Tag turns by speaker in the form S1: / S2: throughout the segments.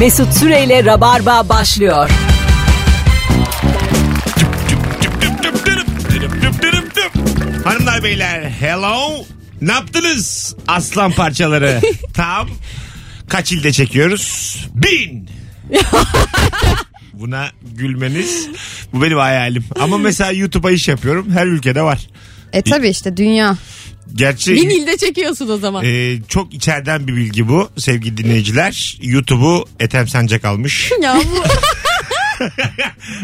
S1: Mesut Süreyle Rabarba başlıyor.
S2: Hanımlar beyler hello. Ne yaptınız aslan parçaları? Tam kaç ilde çekiyoruz? Bin. Buna gülmeniz bu benim hayalim. Ama mesela YouTube'a iş yapıyorum. Her ülkede var.
S3: E tabi işte dünya.
S2: Gerçi
S4: Bin ilde çekiyorsun o zaman.
S2: e, çok içeriden bir bilgi bu sevgili dinleyiciler. YouTube'u Ethem Sancak almış.
S4: ya bu,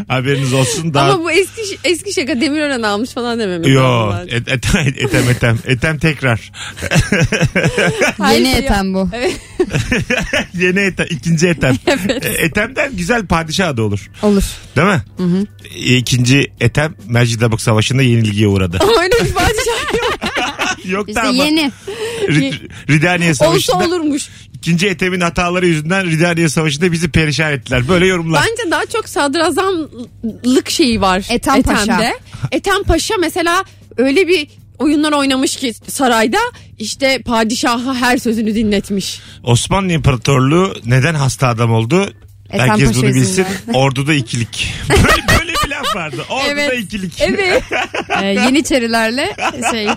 S2: Haberiniz olsun. Daha
S4: ama bu eski eski şaka Demirören almış falan dememiz
S2: Yo,
S4: lazım bence.
S2: et, et, etem etem etem tekrar.
S4: Hayır,
S3: Yeni
S4: ya.
S3: etem bu.
S4: Evet.
S2: Yeni etem, ikinci etem. E, Etemden güzel padişah adı olur.
S3: Olur.
S2: Değil mi? E, İkinci etem Mercidabık Savaşı'nda yenilgiye uğradı.
S4: Öyle bir padişah yok.
S2: Yok da
S3: İşte
S2: ama
S3: yeni.
S2: Rid- Ridaniye
S4: Olsa
S2: Savaşı'nda
S4: olurmuş.
S2: ikinci etemin hataları yüzünden Ridaniye Savaşı'nda bizi perişan ettiler. Böyle yorumlar.
S4: Bence daha çok sadrazamlık şeyi var.
S3: Ethem
S4: Ethem'de.
S3: Paşa.
S4: Ethem Paşa mesela öyle bir oyunlar oynamış ki sarayda işte padişaha her sözünü dinletmiş.
S2: Osmanlı İmparatorluğu neden hasta adam oldu?
S3: Ethem
S2: Herkes
S3: Paşa
S2: bunu bilsin.
S3: yüzünden.
S2: Orduda ikilik. Böyle, böyle bir laf vardı. Orduda
S4: Evet.
S2: ikilik.
S4: Evet.
S3: Ee, Yeniçerilerle şey.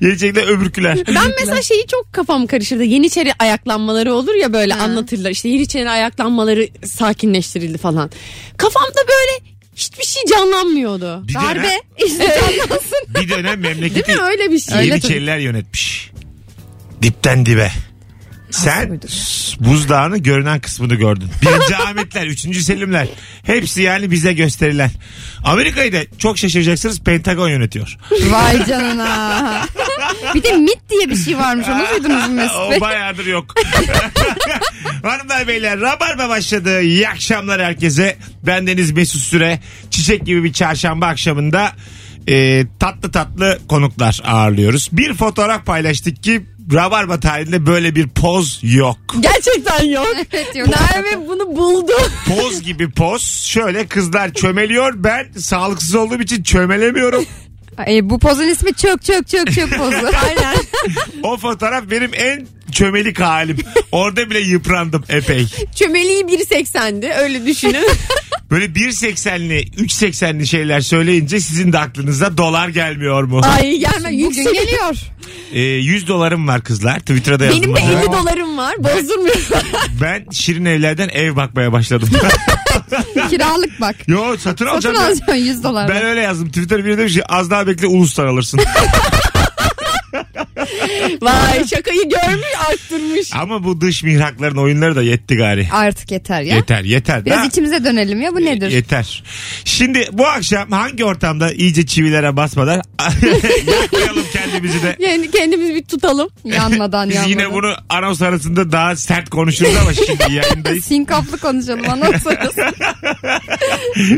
S2: Gelecekler öbürküler.
S4: Ben mesela şeyi çok kafam karıştırdı. Yeniçeri ayaklanmaları olur ya böyle anlatırlar. İşte Yeniçeri ayaklanmaları sakinleştirildi falan. Kafamda böyle hiçbir şey canlanmıyordu.
S2: Bir dönem-
S4: Darbe. İşte canlansın.
S2: Bir dönem memleketi
S4: Değil mi? Öyle bir şey.
S2: Yeniçeriler yönetmiş. Dipten dibe. Sen buzdağını görünen kısmını gördün. Birinci Ahmetler, üçüncü Selimler. Hepsi yani bize gösterilen. Amerika'yı da çok şaşıracaksınız Pentagon yönetiyor.
S3: Vay canına. Bir de mit diye bir şey varmış. Onu duydunuz mu Mesut Bey?
S2: o bayağıdır yok. Hanımlar beyler Rabarba başladı. İyi akşamlar herkese. Ben Deniz Mesut Süre. Çiçek gibi bir çarşamba akşamında e, tatlı tatlı konuklar ağırlıyoruz. Bir fotoğraf paylaştık ki Rabarba tarihinde böyle bir poz yok.
S4: Gerçekten yok.
S3: Evet, yok.
S4: Merve bunu buldu.
S2: Poz gibi poz. Şöyle kızlar çömeliyor. Ben sağlıksız olduğum için çömelemiyorum.
S3: Ay, bu pozun ismi çök çök çök çök pozu. Aynen.
S2: O fotoğraf benim en çömelik halim. Orada bile yıprandım epey.
S4: Çömeliği 1.80'di öyle düşünün.
S2: Böyle 1.80'li 3.80'li şeyler söyleyince sizin de aklınıza dolar gelmiyor mu?
S4: Ay gelme
S3: Bugün
S4: yüksek.
S3: geliyor.
S2: Ee, 100 dolarım var kızlar. Twitter'da yazdım.
S4: Benim de
S2: onu.
S4: 50 dolarım var. Bozdurmuyorum.
S2: Ben şirin evlerden ev bakmaya başladım.
S3: Kiralık bak.
S2: Yo satın
S3: Satın
S2: alacağım. ya.
S3: alacaksın 100 dolar.
S2: Ben öyle yazdım. Twitter biri demiş ki az daha bekle uluslar alırsın.
S4: Vay şakayı görmüş arttırmış.
S2: Ama bu dış mihrakların oyunları da yetti gari.
S3: Artık yeter ya.
S2: Yeter yeter.
S3: Biraz
S2: Daha-
S3: içimize dönelim ya bu nedir?
S2: Yeter. Şimdi bu akşam hangi ortamda iyice çivilere basmadan yakmayalım kendimizi de.
S4: Yani kendimiz bir tutalım.
S3: yanmadan
S2: Biz
S3: yanmadan.
S2: yine bunu anons arasında daha sert konuşuruz ama şimdi yayındayız.
S3: Sinkaplı konuşalım anlatsanız.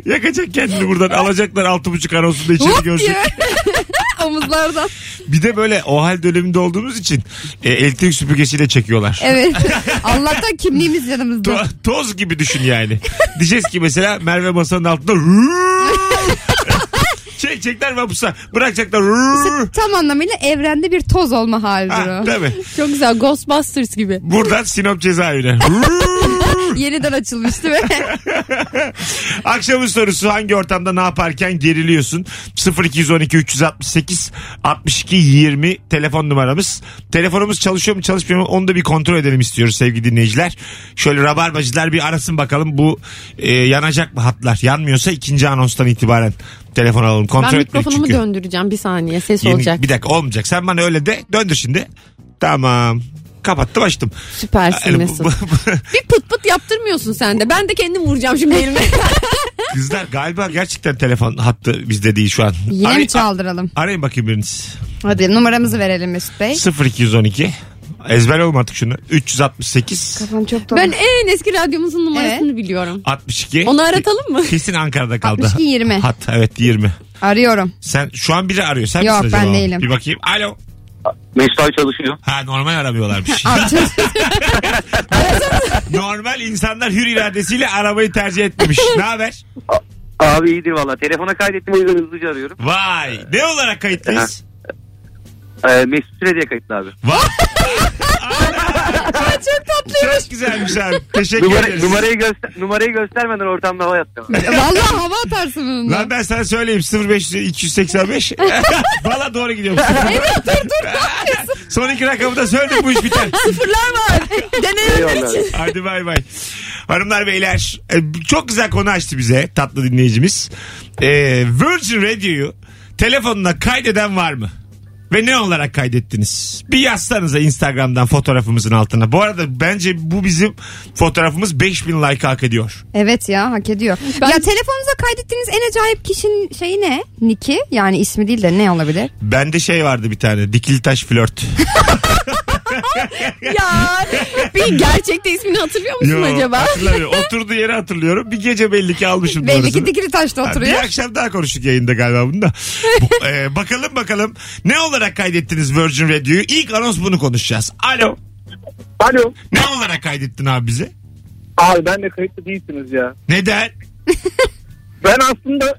S2: Yakacak kendini buradan. Alacaklar altı buçuk anonsunda içeri
S3: Hop
S2: görsün.
S3: diye. Omuzlardan.
S2: Bir de böyle o hal döneminde olduğumuz için e, elektrik süpürgesiyle çekiyorlar.
S3: Evet. Allah'tan kimliğimiz yanımızda.
S2: To- toz gibi düşün yani. Diyeceğiz ki mesela Merve masanın altında Şey, çekecekler vapusa. Bırakacaklar.
S3: Tam anlamıyla evrende bir toz olma halidir
S2: ha,
S3: o.
S2: tabii.
S4: Çok güzel Ghostbusters gibi.
S2: Buradan Sinop cezaevine.
S3: Yeniden açılmıştı ve
S2: Akşamın sorusu hangi ortamda ne yaparken geriliyorsun? 0212 368 62 20 telefon numaramız. Telefonumuz çalışıyor mu çalışmıyor mu onu da bir kontrol edelim istiyoruz sevgili dinleyiciler. Şöyle rabarbacılar bir arasın bakalım bu e, yanacak mı hatlar? Yanmıyorsa ikinci anonstan itibaren telefon alalım. Kontrol
S4: Ben
S2: etmedik
S4: mikrofonumu
S2: çünkü.
S4: döndüreceğim bir saniye ses
S2: Yeni-
S4: olacak.
S2: Bir dakika olmayacak. Sen bana öyle de döndür şimdi. Tamam. Kapattım açtım.
S4: Süpersin
S2: Yani bu-
S4: Mesut.
S2: bu-
S4: bir pıt pıt yaptırmıyorsun sen de. Ben de kendim vuracağım şimdi elime.
S2: Kızlar galiba gerçekten telefon hattı bizde değil şu an.
S3: yine
S2: Arayın-
S3: mi çaldıralım?
S2: Arayın bakayım biriniz.
S3: Hadi numaramızı verelim Mesut Bey.
S2: 0212 ezber olma artık şunu 368
S3: çok
S4: ben en eski radyomuzun numarasını biliyorum.
S2: 62
S4: Onu aratalım mı?
S2: Kesin Ankara'da kaldı.
S3: 62 20.
S2: Hat evet 20.
S3: Arıyorum.
S2: Sen şu an biri arıyor. Sen
S3: Yok,
S2: misin acaba?
S3: ben
S2: o?
S3: değilim.
S2: Bir bakayım. Alo.
S5: Mesut abi çalışıyor.
S2: Ha normal aramıyorlarmış. normal insanlar hür iradesiyle arabayı tercih etmemiş. ne haber?
S5: Abi iyidir valla. Telefona kaydettim o yüzden hızlıca arıyorum.
S2: Vay. Ne olarak kayıtlıyız?
S5: Ee, Mesut Süre diye kayıtlı abi.
S2: Var. çok tatlıymış. Çok güzelmiş abi. Teşekkür
S5: Numara,
S2: ederiz.
S5: numarayı, göster, numarayı göstermeden ortamda hava yattım.
S3: Vallahi hava atarsın bununla.
S2: Lan ben sana söyleyeyim 0500 285. Valla doğru gidiyorum. evet dur dur. Son iki rakamı da söyledim bu iş biter.
S1: Sıfırlar var. Deneyenler
S5: Eyvallah.
S1: için.
S2: Hadi bay bay. Hanımlar beyler e, çok güzel konu açtı bize tatlı dinleyicimiz. E, Virgin Radio'yu telefonuna kaydeden var mı? Ve ne olarak kaydettiniz? Bir yazsanıza Instagram'dan fotoğrafımızın altına. Bu arada bence bu bizim fotoğrafımız 5000 like hak ediyor.
S3: Evet ya hak ediyor. Ya telefonunuza kaydettiğiniz en acayip kişinin şeyi ne? Niki yani ismi değil de ne olabilir?
S2: Bende şey vardı bir tane dikili taş flört.
S4: ya bir gerçekte ismini hatırlıyor musun
S2: Yo,
S4: acaba?
S2: Hatırlamıyorum. Oturduğu yeri hatırlıyorum. Bir gece belli ki almışım
S3: Belli
S2: doğrusunu.
S3: ki dikili taşta
S2: Ha,
S3: oturuyor.
S2: Bir akşam daha konuştuk yayında galiba bunda. Bu, e, bakalım bakalım ne olarak kaydettiniz Virgin Radio'yu? İlk anons bunu konuşacağız. Alo.
S6: Alo.
S2: Ne olarak kaydettin abi bizi?
S6: Abi ben de kayıtlı değilsiniz ya.
S2: Neden?
S6: Ben aslında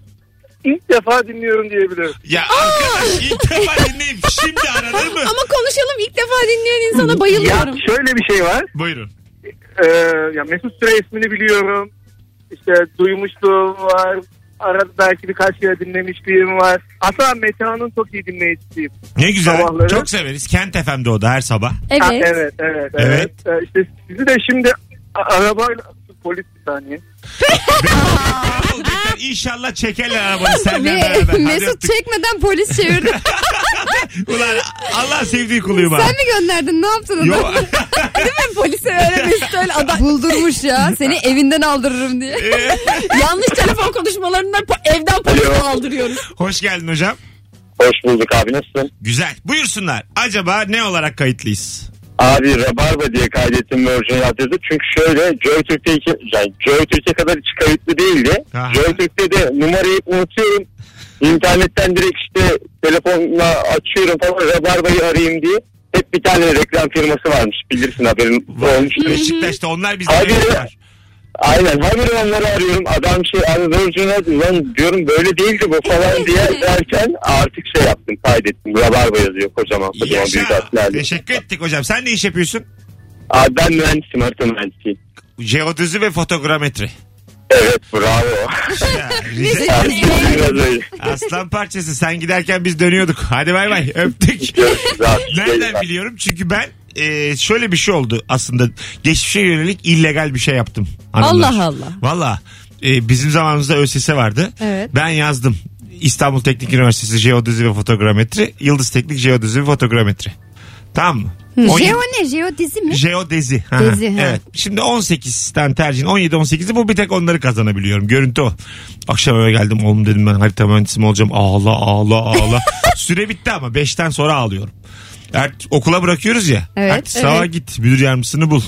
S6: ilk defa dinliyorum diyebilirim.
S2: Ya arkadaş ilk defa dinleyip şimdi aranır mı?
S4: Ama konuşalım ilk defa dinleyen insana
S6: Ya
S4: bayılıyorum.
S6: şöyle bir şey var.
S2: Buyurun.
S6: Ee, ya Mesut Süre ismini biliyorum. İşte duymuşluğum var. Arada belki birkaç kere dinlemişliğim var. Hatta Metehan'ın çok iyi dinleyicisiyim.
S2: Ne güzel.
S6: Sabahları.
S2: Çok severiz. Kent FM'de o da her sabah.
S4: Evet.
S6: Ha, evet, evet, evet. Ee, işte sizi de şimdi a- arabayla polis bir saniye.
S2: Ne olacaklar? İnşallah çekerler arabanı seninle beraber.
S3: Ve
S2: Hadi
S3: Mesut
S2: öptük.
S3: çekmeden polis çevirdi.
S2: Ulan Allah sevdiği kuluyum ha.
S3: Sen mi gönderdin ne yaptın onu?
S2: Yo.
S3: Değil mi? Polise öğrenmiş öyle adam. Buldurmuş ya seni evinden aldırırım diye.
S4: Yanlış telefon konuşmalarından po- evden polise aldırıyoruz.
S2: Hoş geldin hocam.
S5: Hoş bulduk abi nasılsın?
S2: Güzel. Buyursunlar. Acaba ne olarak kayıtlıyız?
S5: Abi Rabarba diye kaydettim Virgin Radyo'da. Çünkü şöyle Joy Türk'te iki, yani Joy Türk'e kadar hiç kayıtlı değildi.
S2: Aha.
S5: Joy Türk'te de numarayı unutuyorum. İnternetten direkt işte telefonla açıyorum falan Rabarba'yı arayayım diye. Hep bir tane reklam firması varmış bilirsin haberin olmuştur.
S2: Beşiktaş'ta onlar bizde
S5: Abi-
S2: var.
S5: Aynen haberi onları arıyorum. Adam şey abi Virgin Radio lan diyorum böyle değildi bu falan diye derken artık şey yaptım kaydettim. Rabarba yazıyor kocaman kocaman büyük
S2: Yaşa.
S5: harflerle.
S2: Teşekkür ettik hocam. Sen ne iş yapıyorsun?
S5: Abi ben mühendisim harita mühendisiyim.
S2: Jeodüzü ve fotogrametri.
S5: Evet bravo.
S2: Ya, rica-
S5: Biraz öyle.
S2: Aslan parçası. Sen giderken biz dönüyorduk. Hadi bay bay. Öptük.
S5: Görüşürüz abi.
S2: Nereden biliyorum? Çünkü ben e, şöyle bir şey oldu aslında. Geçmişe yönelik illegal bir şey yaptım.
S4: Allah Allah.
S2: Valla bizim zamanımızda ÖSS vardı.
S3: Evet.
S2: Ben yazdım. İstanbul Teknik Üniversitesi Jeodüzü ve Fotogrametri. Yıldız Teknik Jeodüzü ve Fotogrametri. Tamam mı? On-
S3: Jeo ne? Jeo dizi mi?
S2: Jeodezi. Ha,
S3: Dezi, ha.
S2: Evet. Şimdi 18'ten tercihin 17-18'i bu bir tek onları kazanabiliyorum. Görüntü o. Akşam eve geldim oğlum dedim ben harita mühendisi mi olacağım. Ağla ağla ağla. Süre bitti ama 5'ten sonra ağlıyorum. Er, okula bırakıyoruz ya.
S3: Evet,
S2: Ertesi sağa git müdür yardımcısını bul.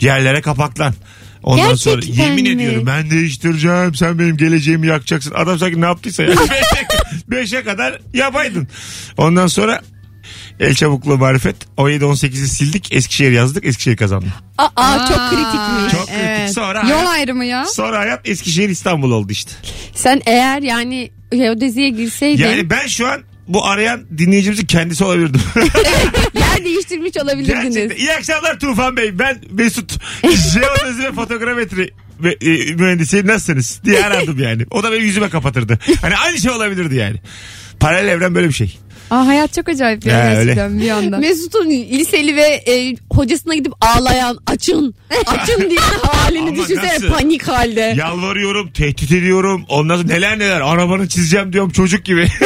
S2: Yerlere kapaklan. Ondan sonra
S3: Gerçekten
S2: yemin
S3: mi?
S2: ediyorum ben değiştireceğim sen benim geleceğimi yakacaksın. Adam sanki ne yaptıysa ya. Beşe, beşe kadar yapaydın. Ondan sonra El çabukluğu marifet. 17-18'i sildik. Eskişehir yazdık. Eskişehir kazandı.
S4: Aa, çok kritikmiş.
S2: Çok kritik. Sonra
S3: Yol
S2: hayat,
S3: ayrımı ya.
S2: sonra hayat Eskişehir İstanbul oldu işte.
S4: Sen eğer yani geodeziye girseydin
S2: Yani ben şu an bu arayan dinleyicimizin kendisi olabilirdim.
S4: yer değiştirmiş
S2: Gerçekten.
S4: olabilirdiniz.
S2: İyi akşamlar Tufan Bey. Ben Mesut. Jeodezi ve fotogrametri ve, e, mühendisi nasılsınız diye aradım yani. O da benim yüzüme kapatırdı. Hani aynı şey olabilirdi yani. Paralel evren böyle bir şey.
S3: Aa, hayat çok acayip ya,
S2: Ya, öyle.
S3: gerçekten bir anda.
S4: Mesut'un liseli ve e, hocasına gidip ağlayan açın açın diye halini
S2: Ama
S4: düşünsene
S2: nasıl?
S4: panik halde.
S2: Yalvarıyorum, tehdit ediyorum. Ondan sonra neler neler. Arabanı çizeceğim diyorum çocuk gibi.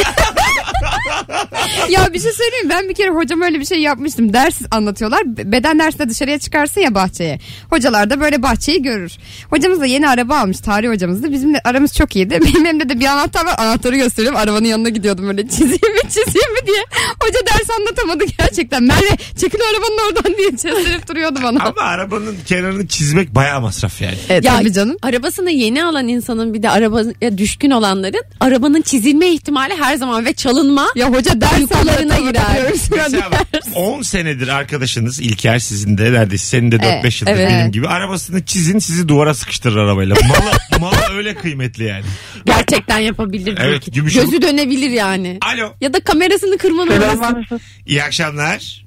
S3: ya bir şey söyleyeyim mi? ben bir kere hocam öyle bir şey yapmıştım. Ders anlatıyorlar. B- Beden dersinde dışarıya çıkarsın ya bahçeye. Hocalar da böyle bahçeyi görür. Hocamız da yeni araba almış. Tarih hocamız da. Bizim de aramız çok iyiydi. Benim elimde de bir anahtar var. Anahtarı gösteriyorum. Arabanın yanına gidiyordum böyle çizeyim mi çizeyim mi diye. Hoca ders anlatamadı gerçekten. Merve çekil arabanın oradan diye çizdirip duruyordu bana.
S2: Ama arabanın kenarını çizmek bayağı masraf yani.
S3: Evet,
S4: Ya
S3: tabii canım.
S4: arabasını yeni alan insanın bir de arabaya düşkün olanların arabanın çizilme ihtimali her zaman ve çalınma
S3: Ya hoca ders
S4: Uykularına
S3: anlatıyor.
S4: girer.
S2: Mesela bak 10 senedir arkadaşınız İlker sizin de neredeyse senin de 4-5
S3: Evet,
S2: yıldır
S3: evet.
S2: benim gibi arabasını çizin sizi duvara sıkıştırır arabayla. Mala, mala öyle kıymetli yani.
S4: Gerçekten yapabilir.
S2: Evet,
S4: belki.
S2: gümüş-
S4: Gözü dönebilir yani.
S2: Alo
S4: Ya da kamerasını kırmanın orası.
S7: Selamlar.
S2: iyi akşamlar.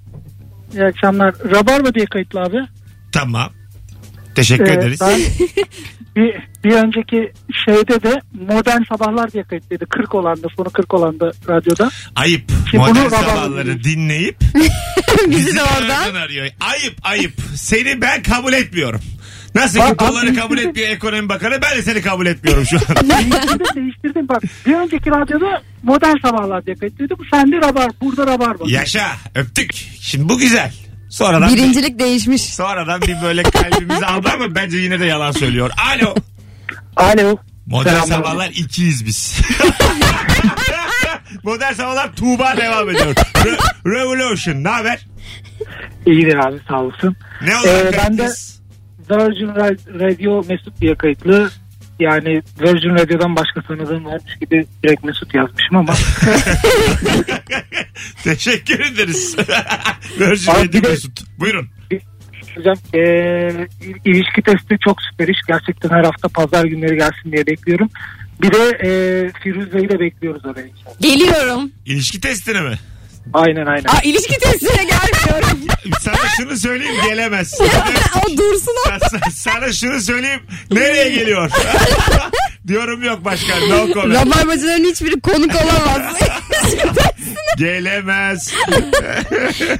S7: İyi akşamlar. Rabarba diye kayıtlı abi.
S2: Tamam. Teşekkür
S7: Ee,
S2: ederiz.
S7: ben bir, bir önceki şeyde de Modern Sabahlar diye kayıtlıydı. 40 olanda, sonu 40 olanda radyoda.
S2: Ayıp.
S7: Ki
S2: Modern
S7: bunu Rabarba
S2: sabahları
S7: dinliyor.
S2: dinleyip bizi de oradan arıyor. Ayıp ayıp. Seni ben kabul etmiyorum. Nasıl ki
S7: Bak, abi,
S2: doları kabul
S7: değiştirdim.
S2: etmiyor ekonomi bakanı ben de seni kabul etmiyorum şu an.
S7: Değiştirdim, değiştirdim bak. Bir önceki radyoda Modern Sabahlar diye kayıtlıydı. Bu sende Rabar, burada Rabarba.
S2: Yaşa öptük. Şimdi bu güzel. Sonradan
S3: Birincilik değişmiş.
S2: Sonradan bir böyle kalbimizi aldı ama bence yine de yalan söylüyor. Alo.
S5: Alo.
S2: Modern
S5: Selamlar.
S2: sabahlar ikiyiz biz. Modern sabahlar Tuğba devam ediyor. Re- Revolution ne haber?
S7: İyidir abi sağ olasın.
S2: Ne
S7: Ee,
S2: olacak?
S7: ben de-
S2: kız?
S7: Virgin Ra- Radio Mesut diye kayıtlı. Yani Virgin Radio'dan başka tanıdığım varmış gibi direkt Mesut yazmışım ama.
S2: Teşekkür ederiz. Virgin
S7: Abi
S2: Radio
S7: bir de-
S2: Mesut. Buyurun.
S7: Hocam e, il- ilişki testi çok süper iş. Gerçekten her hafta pazar günleri gelsin diye bekliyorum. Bir de e, Firuze'yi de bekliyoruz oraya. inşallah.
S4: Geliyorum.
S2: İlişki testine mi?
S7: Aynen aynen.
S4: Aa, ilişki testine gelmiyorum.
S2: Sana şunu söyleyeyim gelemezsin.
S4: o dursun o.
S2: Sa- Sana şunu söyleyeyim nereye geliyor? Diyorum yok başkan. No comment.
S3: Rabarbacıların hiçbiri konuk olamaz.
S2: Gelemez.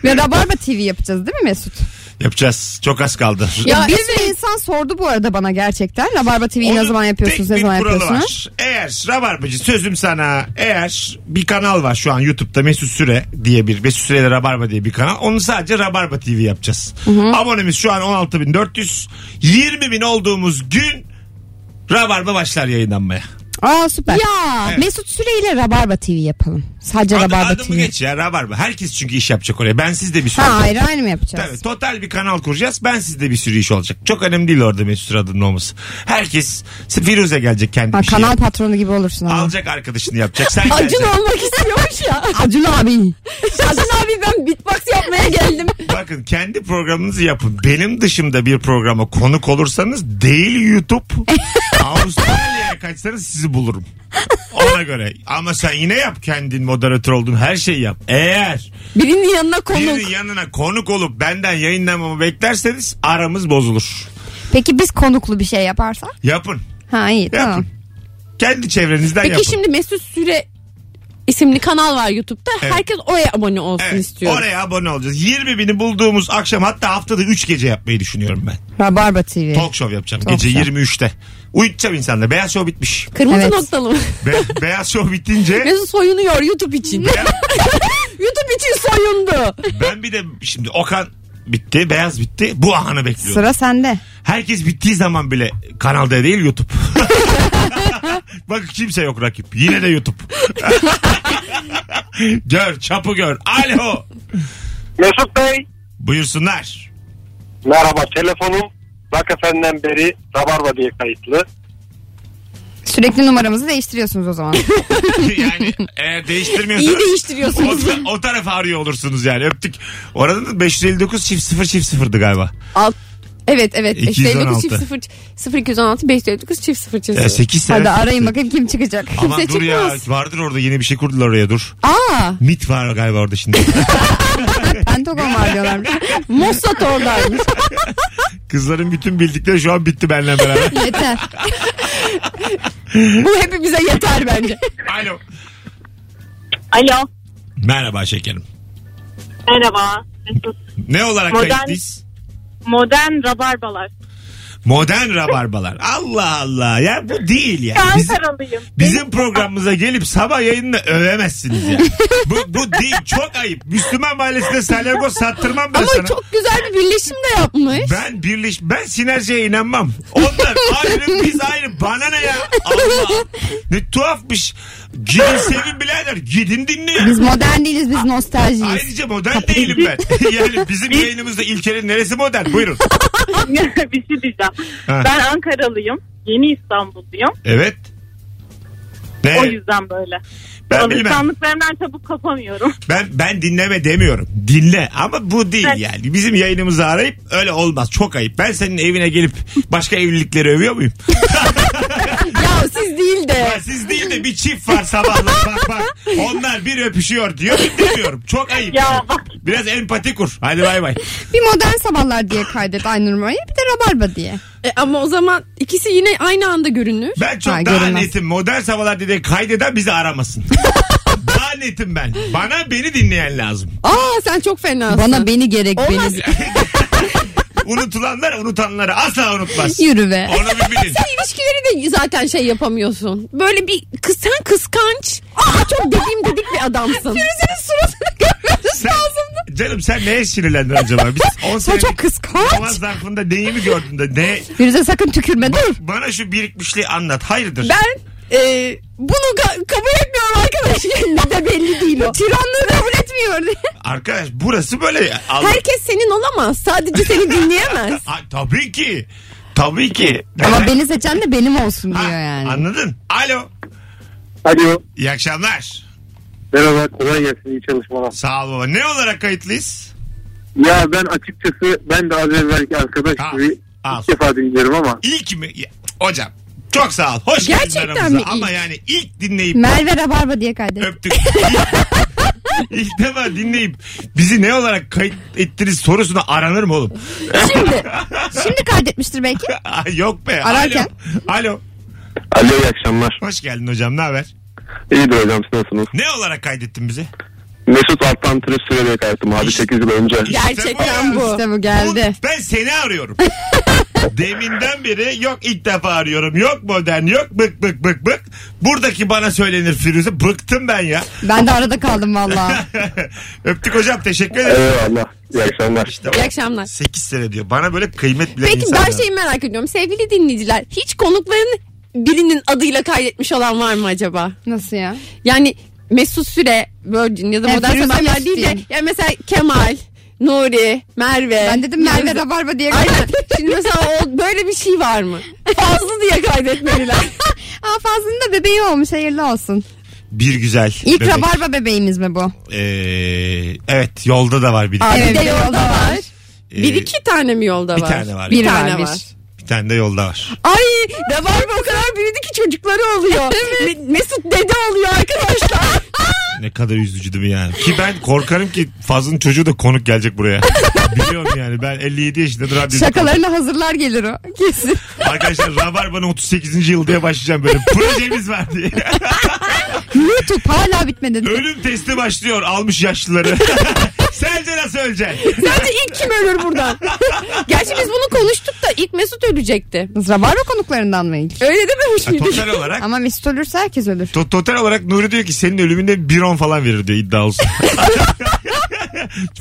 S3: Ve Rabarba TV yapacağız değil mi Mesut?
S2: Yapacağız. Çok az kaldı.
S4: Ya
S3: bir sürü insan sordu bu arada bana gerçekten. Rabarba TV'yi ne
S2: Onun
S3: zaman yapıyorsunuz,
S2: tek
S3: ne
S2: bir
S3: zaman
S2: kuralı
S3: yapıyorsunuz?
S2: Var. Eğer Rabarbacı sözüm sana eğer bir kanal var şu an YouTube'da Mesut Süre diye bir Mesut Süre'yle Rabarba diye bir kanal. Onu sadece Rabarba TV yapacağız. Abonemiz şu an 16.400. 20.000 olduğumuz gün Rabarba başlar yayınlanmaya.
S3: Aa süper.
S4: Ya.
S2: Evet.
S3: Mesut Süre ile Rabarba TV yapalım. Sadece
S2: Adı,
S3: Rabarba
S2: adımı
S3: TV.
S2: geç ya Rabarba. Herkes çünkü iş yapacak oraya. Ben siz de bir sürü.
S3: Ha ayrı ayrı mı yapacağız?
S2: Tabii total bir kanal kuracağız. Ben sizde bir sürü iş olacak. Çok önemli değil orada Mesut Süre adının olması. Herkes Firuze gelecek kendi
S3: Ha,
S2: bir şey
S3: kanal
S2: yap-
S3: patronu gibi olursun ama.
S2: Alacak arkadaşını yapacak. Sen
S4: Acun
S2: geleceksin.
S4: olmak istiyormuş ya.
S3: Acun abi.
S4: Acun abi ben beatbox yapmaya geldim.
S2: Bakın kendi programınızı yapın. Benim dışımda bir programa konuk olursanız değil YouTube. Avustralya'ya kaçsanız sizi bulurum. Ona göre. Ama sen yine yap kendin moderatör olduğun her şeyi yap. Eğer
S4: Birinin yanına konuk.
S2: birinin yanına konuk olup benden yayınlamamı beklerseniz aramız bozulur.
S3: Peki biz konuklu bir şey yaparsak?
S2: Yapın.
S3: Ha iyi
S2: Yapın.
S3: tamam.
S2: Kendi çevrenizden
S4: Peki
S2: yapın.
S4: şimdi Mesut Süre isimli kanal var YouTube'da.
S2: Evet.
S4: Herkes oraya abone olsun
S2: Evet,
S4: istiyorum.
S2: oraya abone olacağız. 20 bini bulduğumuz akşam hatta haftada 3 gece yapmayı düşünüyorum ben.
S3: Rabarba TV.
S2: Talk show yapacağım
S3: Talk
S2: gece
S3: show.
S2: 23'te. Uyutacağım insanları. Beyaz show bitmiş.
S4: Kırmızı
S3: Evet.
S4: noktalı mı?
S2: Be- Beyaz Show bitince
S4: Mesut soyunuyor YouTube için. YouTube için soyundu.
S2: ben bir de şimdi Okan bitti, Beyaz bitti. Bu anı bekliyorum.
S3: Sıra sende.
S2: Herkes bittiği zaman bile kanalda değil YouTube. Bak kimse yok rakip. Yine de YouTube. gör, çapı gör. Alo.
S5: Mesut Bey.
S2: Buyursunlar.
S5: Merhaba telefonum Rakefen'den beri Rabarba diye kayıtlı.
S3: Sürekli numaramızı değiştiriyorsunuz o zaman.
S2: Yani eğer değiştirmiyorsanız
S4: İyi değiştiriyorsunuz.
S2: o, ta- o tarafa arıyor olursunuz yani öptük. Orada da 559 çift 0 çift 0'dı galiba.
S4: Alt. Evet evet.
S2: 216.
S4: 216. çift 0 0 216 559 çift 0 çift 0.
S2: 8 sene.
S3: Hadi arayın bakayım kim çıkacak.
S2: Aman
S4: Kimse
S2: dur ya
S4: çıkmaz.
S2: vardır orada yeni bir şey kurdular oraya dur.
S4: Aa,
S2: Mit var galiba orada şimdi.
S3: Pentagon var diyorlarmış.
S4: Mossad oradaymış.
S2: Kızların bütün bildikleri şu an bitti benimle beraber.
S3: Yeter.
S4: Bu hepimize yeter bence.
S2: Alo.
S8: Alo.
S2: Merhaba şekerim.
S8: Merhaba. Mesut.
S2: Ne olarak
S8: Modern-
S2: kayıtlıyız?
S8: Modern rabarbalar.
S2: Modern rabarbalar. Allah Allah. Ya bu değil ya. Bizim,
S8: Ankaralıyım.
S2: bizim programımıza gelip sabah yayınını övemezsiniz ya. bu, bu değil. Çok ayıp. Müslüman mahallesinde salyangoz sattırmam ben
S4: Ama
S2: sana.
S4: çok güzel bir birleşim de yapmış.
S2: Ben birleş ben sinerjiye inanmam. Onlar ayrı biz ayrı. Bana ne ya? Allah. Ne tuhafmış. Gidin sevin birader. Gidin dinleyin.
S3: Biz modern değiliz biz nostaljiyiz.
S2: Ayrıca modern değilim ben. yani bizim yayınımızda İlker'in neresi modern? Buyurun.
S8: bir şey diyeceğim.
S2: Ha.
S8: Ben Ankaralıyım. Yeni İstanbulluyum.
S2: Evet.
S8: O
S2: Ne?
S8: yüzden böyle.
S2: Ben bilmem.
S8: Alışkanlıklarımdan çabuk kapamıyorum.
S2: Ben ben dinleme demiyorum. Dinle ama bu değil
S8: Evet.
S2: yani. Bizim yayınımızı arayıp öyle olmaz. Çok ayıp. Ben senin evine gelip başka evlilikleri övüyor muyum?
S4: Ya siz değil de.
S2: Ya siz değil de bir çift var sabahla bak bak. Onlar bir öpüşüyor diyor. Dinlemiyorum. Çok ayıp.
S8: Ya bak.
S2: Biraz empati kur. Hadi bay bay.
S3: Bir modern sabahlar diye kaydet aynı numarayı bir de rabarba diye.
S4: E, ama o zaman ikisi yine aynı anda görünür.
S2: Ben çok
S3: Ha,
S2: daha
S3: görünmez.
S2: netim. Modern sabahlar diye kaydeden bizi aramasın. daha netim ben. Bana beni dinleyen lazım.
S4: Aa sen çok fenasın.
S3: Bana beni gerek
S4: Olmaz.
S3: beni.
S2: Unutulanlar unutanları asla unutmaz.
S3: Yürü be.
S2: Onu bir bilin.
S4: Sen ilişkileri de zaten şey yapamıyorsun. Böyle bir kız sen kıskanç. Aa çok dediğim dedik bir adamsın.
S3: Firuze'nin suratını görmeniz
S2: Sen- Canım sen neye sinirlendin acaba? Biz 10
S3: Sen
S2: senelik
S3: çok
S2: zaman
S3: kıskanç.
S2: zarfında neyi mi gördün de ne?
S3: Firuze sakın tükürme dur.
S2: Bana şu birikmişliği anlat. Hayırdır?
S4: Ben e, bunu ka- kabul etmiyorum arkadaş. Ne de belli değil o.
S3: Tiranlığı kabul etmiyor diye.
S2: Arkadaş burası böyle. ya. Allah-
S4: Herkes senin olamaz. Sadece seni dinleyemez.
S2: Ha, tabii ki. Tabii ki.
S3: Ama beni seçen de benim olsun
S2: Ha,
S3: diyor yani.
S2: Anladın? Alo.
S5: Alo.
S2: İyi akşamlar.
S5: Merhaba kolay gelsin iyi çalışmalar.
S2: Sağ ol baba. Ne olarak kayıtlıyız?
S5: Ya ben açıkçası ben de az evvelki arkadaş
S2: Ha,
S5: gibi
S2: al.
S5: ilk defa dinliyorum ama
S2: İlk mi? Ya, Hocam çok sağ ol. Hoş
S4: Gerçekten
S2: geldin aramıza.
S4: mi ilk?
S2: Ama yani ilk dinleyip
S3: Merve rabarba diye kaydet.
S2: öptük. İlk- İlk defa dinleyip bizi ne olarak kayıt ettiniz sorusuna aranır mı oğlum?
S3: Şimdi. Şimdi kaydetmiştir belki.
S2: Ay, Yok be.
S3: Ararken.
S2: Alo. Alo.
S5: Alo iyi akşamlar.
S2: Hoş geldin hocam. Ne haber?
S5: İyidir hocam siz nasılsınız?
S2: Ne olarak kaydettin bizi?
S5: Mesut Altan Tırı sürede kaydım abi 8 yıl önce.
S4: Gerçekten bu.
S3: İşte bu geldi.
S2: Bu- Ben seni arıyorum. Deminden beri yok ilk defa arıyorum. Yok modern yok bık bık bık bık. Buradaki bana söylenir Firuze. Bıktım ben ya.
S3: Ben de arada kaldım valla.
S2: Öptük hocam teşekkür ederim.
S5: Eyvallah iyi akşamlar.
S2: İşte
S4: İyi akşamlar.
S2: 8 sene diyor. Bana böyle kıymet bile
S4: Peki
S2: insan
S4: ben şey-
S2: lazım.
S4: şeyi merak ediyorum. Sevgili dinleyiciler hiç konukların birinin adıyla kaydetmiş olan var mı acaba?
S3: Nasıl ya?
S4: Yani Mesut Süre, Virgin ya da
S3: Ha,
S4: modern
S3: Firuze
S4: sabahlar
S3: Mesut
S4: değil de
S3: diyeyim.
S4: yani mesela Kemal, Nuri, Merve.
S3: Ben dedim Merve
S4: Firuze-
S3: rabarba diye
S4: E, Aynen.
S3: kaydet.
S4: Şimdi mesela o, böyle bir şey var mı? Fazla diye kaydetmeliler.
S3: Aa Fazlı'nın da bebeği olmuş hayırlı olsun.
S2: Bir güzel.
S3: İlk
S2: bebek.
S3: rabarba bebeğimiz mi bu?
S2: Ee, evet yolda da var bir.
S4: Abi
S3: Evet,
S4: de
S3: bir
S4: yolda
S3: yolda
S4: var.
S3: var.
S2: Ee,
S4: bir iki tane mi yolda
S2: bir
S4: var?
S2: tane var.
S4: Bir,
S3: Bir
S4: tane
S3: var,
S4: var.
S3: bir.
S2: Bir tane de yolda var.
S4: Ay ne var mı o kadar büyüdü ki çocukları oluyor. Me- Mesut dede oluyor arkadaşlar.
S2: Ne kadar üzücü değil mi yani? Ki ben korkarım ki Fazlın çocuğu da konuk gelecek buraya. Biliyorum yani ben 57 yaşındadır radyoda.
S3: Şakalarına hazırlar gelir o. Kesin.
S2: Arkadaşlar Rabarba'nın 38. yıl diye başlayacağım böyle. Projemiz var diye.
S3: YouTube hala bitmedi.
S2: Ölüm testi başlıyor almış yaşlıları. Sence nasıl öleceksin?
S4: Sence ilk kim ölür buradan? Gerçi biz bunu konuştuk da ilk Mesut ölecekti.
S3: Rabarba konuklarından mı ilk?
S4: Öyle dememiş
S2: Ya,
S4: miydik?
S2: total olarak
S3: Ama Mesut ölürse herkes ölür.
S2: to- total olarak Nuri diyor ki senin ölümünde bir on falan verir diyor iddia olsun.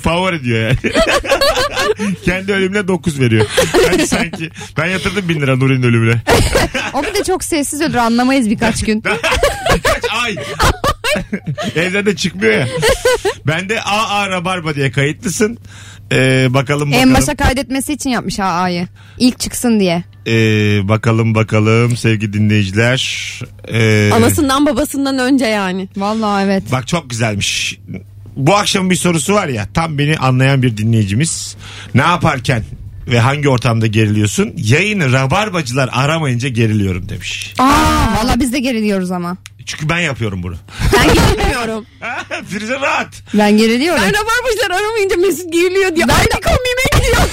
S2: Favori diyor yani. Kendi ölümüne 9 veriyor. Yani sanki ben yatırdım 1000 lira Nuri'nin ölümüne.
S3: O bir de çok sessiz ölür anlamayız birkaç gün.
S2: Kaç ay. Evden de çıkmıyor ya. Ben de AA Rabarba diye kayıtlısın. Ee, bakalım bakalım.
S3: en başa kaydetmesi için yapmış AA'yı. İlk çıksın diye.
S2: Ee, bakalım bakalım sevgili dinleyiciler. Ee,
S4: Anasından babasından önce yani.
S3: Vallahi evet.
S2: Bak çok güzelmiş. Bu akşamın bir sorusu var ya tam beni anlayan bir dinleyicimiz. Ne yaparken ve hangi ortamda geriliyorsun? Yayını rabarbacılar aramayınca geriliyorum demiş.
S3: Aa, vallahi biz de geriliyoruz ama.
S2: Çünkü ben yapıyorum bunu.
S4: Ben gelmiyorum.
S2: Firuze rahat.
S3: Ben geriliyorum.
S4: ben
S3: Ben,
S4: rabarbaşlar aramayınca Mesut geriliyor diye. Ben de komime gidiyor.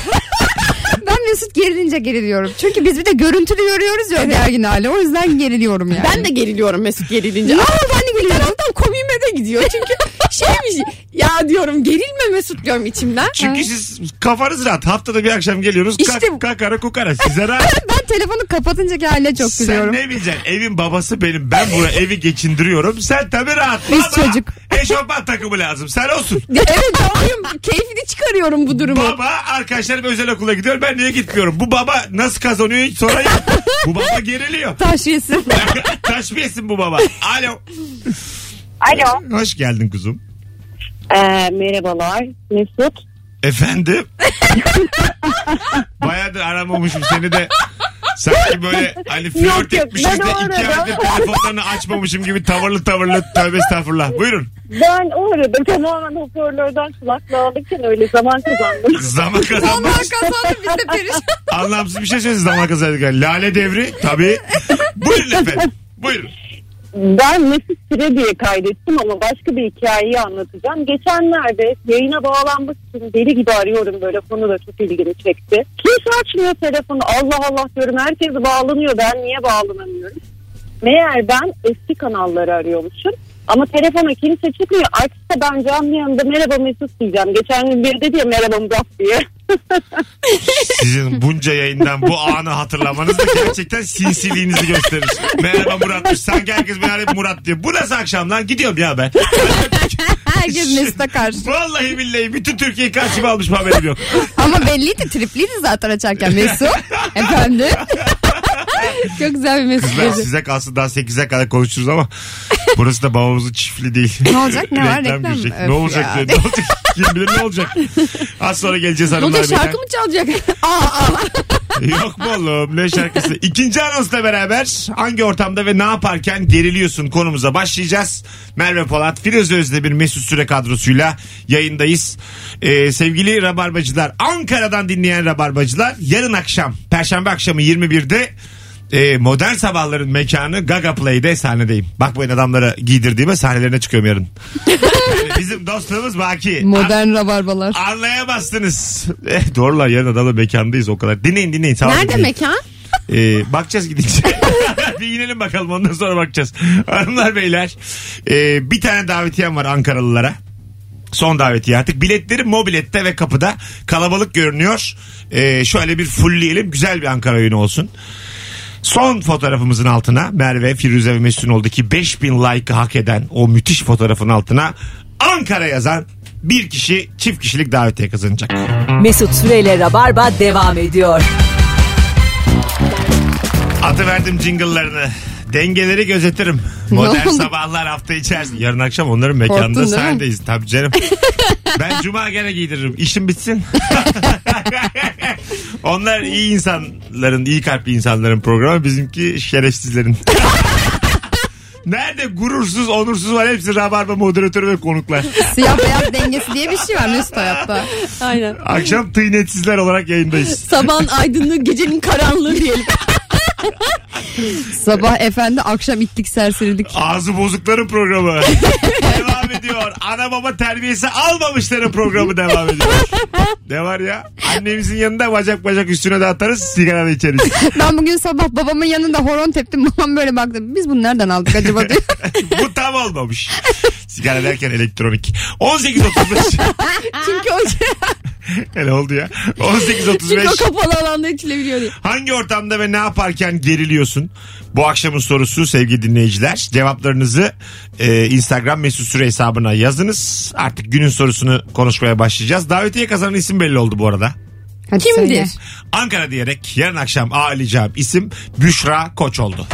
S3: Mesut gerilince geriliyorum. Çünkü biz bir de görüntülü görüyoruz ya diğer gün hali. O yüzden geriliyorum yani.
S4: ben de geriliyorum Mesut gerilince.
S3: Ya,
S4: Ama
S3: ben de
S4: bir
S3: geriliyorum.
S4: taraftan komiğime de gidiyor. Çünkü şeymiş ya diyorum gerilme Mesut diyorum içimden.
S2: Çünkü siz kafanız rahat. Haftada bir akşam geliyorsunuz.
S4: İşte
S2: kak, kakara kukara. Size rahat.
S3: Ben telefonu kapatıncaki haline çok
S2: Sen
S3: gülüyorum.
S2: ne bileceksin? Evin babası benim. Ben buraya evi geçindiriyorum. Sen tabii rahat.
S3: Biz
S2: Baba,
S3: çocuk.
S2: Eşofman takımı lazım. Sen olsun.
S4: Ya evet doğruyum. Keyfini çıkarıyorum bu durumu.
S2: Baba arkadaşlarım özel okula gidiyor. Ben niye gitmiyorum? Bu baba nasıl kazanıyor hiç sorayım. bu baba geriliyor.
S3: Taşiyesin.
S2: Taşmiyesin bu baba. Alo.
S8: Alo.
S2: Hoş geldin kuzum.
S8: Ee, merhabalar. Mesut.
S2: Efendim? Bayağıdır aramamışım seni de. Sanki böyle hani flört
S8: Yok, yok.
S2: etmişiz
S8: Ben
S2: de
S8: o
S2: iki
S8: arada-
S2: aydır telefonlarını açmamışım gibi tavırlı tavırlı tövbe estağfurullah. Buyurun.
S8: Ben o arada tamamen hoparlörden kulaklığı alırken öyle zaman kazandım.
S2: Zaman
S3: Allah
S2: kazanmak.
S3: kazandı biz de perişan.
S2: Anlamsız bir şey söylüyorsunuz zaman kazandık. Lale devri tabii. Buyurun efendim. Buyurun.
S8: Ben Mesut Süre diye kaydettim ama başka bir hikayeyi anlatacağım. Geçenlerde yayına bağlanmak için deli gibi arıyorum böyle konu da çok ilgimi çekti. Kimse açmıyor telefonu Allah Allah diyorum herkes bağlanıyor ben niye bağlanamıyorum? Meğer ben eski kanalları arıyormuşum. Ama telefona kimse çıkmıyor. Açsa ben canlı yanında merhaba Mesut diyeceğim. Geçen gün biri dedi ya merhaba Murat diye.
S2: Sizin bunca yayından bu anı hatırlamanız da gerçekten sinsiliğinizi gösterir. Merhaba Murat'mış. Sanki herkes beni arayıp Murat diyor. Bu nasıl akşam lan? Gidiyorum ya ben.
S3: Herkes Mesut'a karşı.
S2: Vallahi billahi bütün Türkiye karşıma almış mı haberim yok.
S3: Ama belliydi tripliydi zaten açarken Mesut. Efendim. Çok güzel bir mesut.
S2: Ben
S3: dedi.
S2: size kalsın daha 8'e kadar konuşuruz ama burası da babamızın çiftliği değil.
S3: Ne olacak? Ne var? Reklam mı?
S2: girecek.
S3: Öf
S2: Ne olacak?
S3: ya.
S2: diyor. Ne olacak? Kim bilir ne olacak? Az sonra geleceğiz
S4: Ne
S2: hanımlar.
S4: olacak
S2: beyler.
S4: şarkı mı çalacak? Aa, aa.
S2: Yok mu oğlum ne şarkısı? İkinci anonsla beraber hangi ortamda ve ne yaparken geriliyorsun konumuza başlayacağız. Merve Polat, Firuze Özdemir, Mesut Süre kadrosuyla yayındayız. Ee, sevgili Rabarbacılar, Ankara'dan dinleyen Rabarbacılar yarın akşam, Perşembe akşamı 21'de e, modern sabahların mekanı Gaga Play'de sahnedeyim. Bakmayın adamlara giydirdiğime sahnelerine çıkıyorum yarın. Yani bizim dostluğumuz baki.
S3: Modern rabarbalar.
S2: Anlayamazsınız. Eh, doğrular yarın adamla mekandayız o kadar. Dinleyin dinleyin. Tamam,
S4: Nerede
S2: dinleyin.
S4: mekan?
S2: Ee, bakacağız gidince. bir inelim bakalım ondan sonra bakacağız. Hanımlar beyler ee, bir tane davetiyem var Ankaralılara. Son davetiye artık. Biletleri mobilette ve kapıda kalabalık görünüyor. Ee, şöyle bir fullleyelim. Güzel bir Ankara oyunu olsun. Son fotoğrafımızın altına Merve, Firuze ve Mesut'un oldaki 5000 like'ı hak eden o müthiş fotoğrafın altına Ankara yazan bir kişi çift kişilik davetiye kazanacak.
S1: Mesut Süreyle Rabarba devam ediyor.
S2: Atı verdim jingle'larını. Dengeleri gözetirim. Modern sabahlar hafta içerisinde. Yarın akşam onların
S3: Korktun
S2: mekanında
S3: değil mi?
S2: sahnedeyiz. Tabii canım. ben cuma gene giydiririm. İşim bitsin. Onlar iyi insanların, iyi kalpli insanların programı. Bizimki şerefsizlerin. Nerede gurursuz, onursuz var hepsi Rabarba moderatörü ve konuklar.
S3: Siyah beyaz dengesi diye bir şey var Mesut hayatta.
S4: Aynen.
S2: Akşam tıynetsizler olarak yayındayız.
S4: Sabahın aydınlığı gecenin karanlığı diyelim.
S3: Sabah efendi akşam itlik serserilik.
S2: Ağzı bozukların programı devam ediyor. Ana baba terbiyesi almamışların programı devam ediyor. Ne var ya? Annemizin yanında bacak bacak üstüne de atarız sigara da içeriz.
S3: Ben bugün sabah babamın yanında horon teptim. Babam böyle baktı. Biz bunu nereden aldık acaba diyor.
S2: Bu tam olmamış. Sigara derken elektronik. 18.35.
S4: Çünkü o,
S2: ne oldu ya?
S4: çünkü o
S2: 18.35.
S4: kapalı alanda içilebiliyor diye.
S2: Hangi ortamda ve ne yaparken geriliyorsun? Bu akşamın sorusu sevgili dinleyiciler. Cevaplarınızı e, Instagram mesut süre hesabına yazınız. Artık günün sorusunu konuşmaya başlayacağız. Davetiye kazanan isim belli oldu bu arada.
S3: Hadi
S4: Kimdir?
S3: söyle.
S2: Ankara diyerek yarın akşam ağırlayacağım isim Büşra Koç oldu.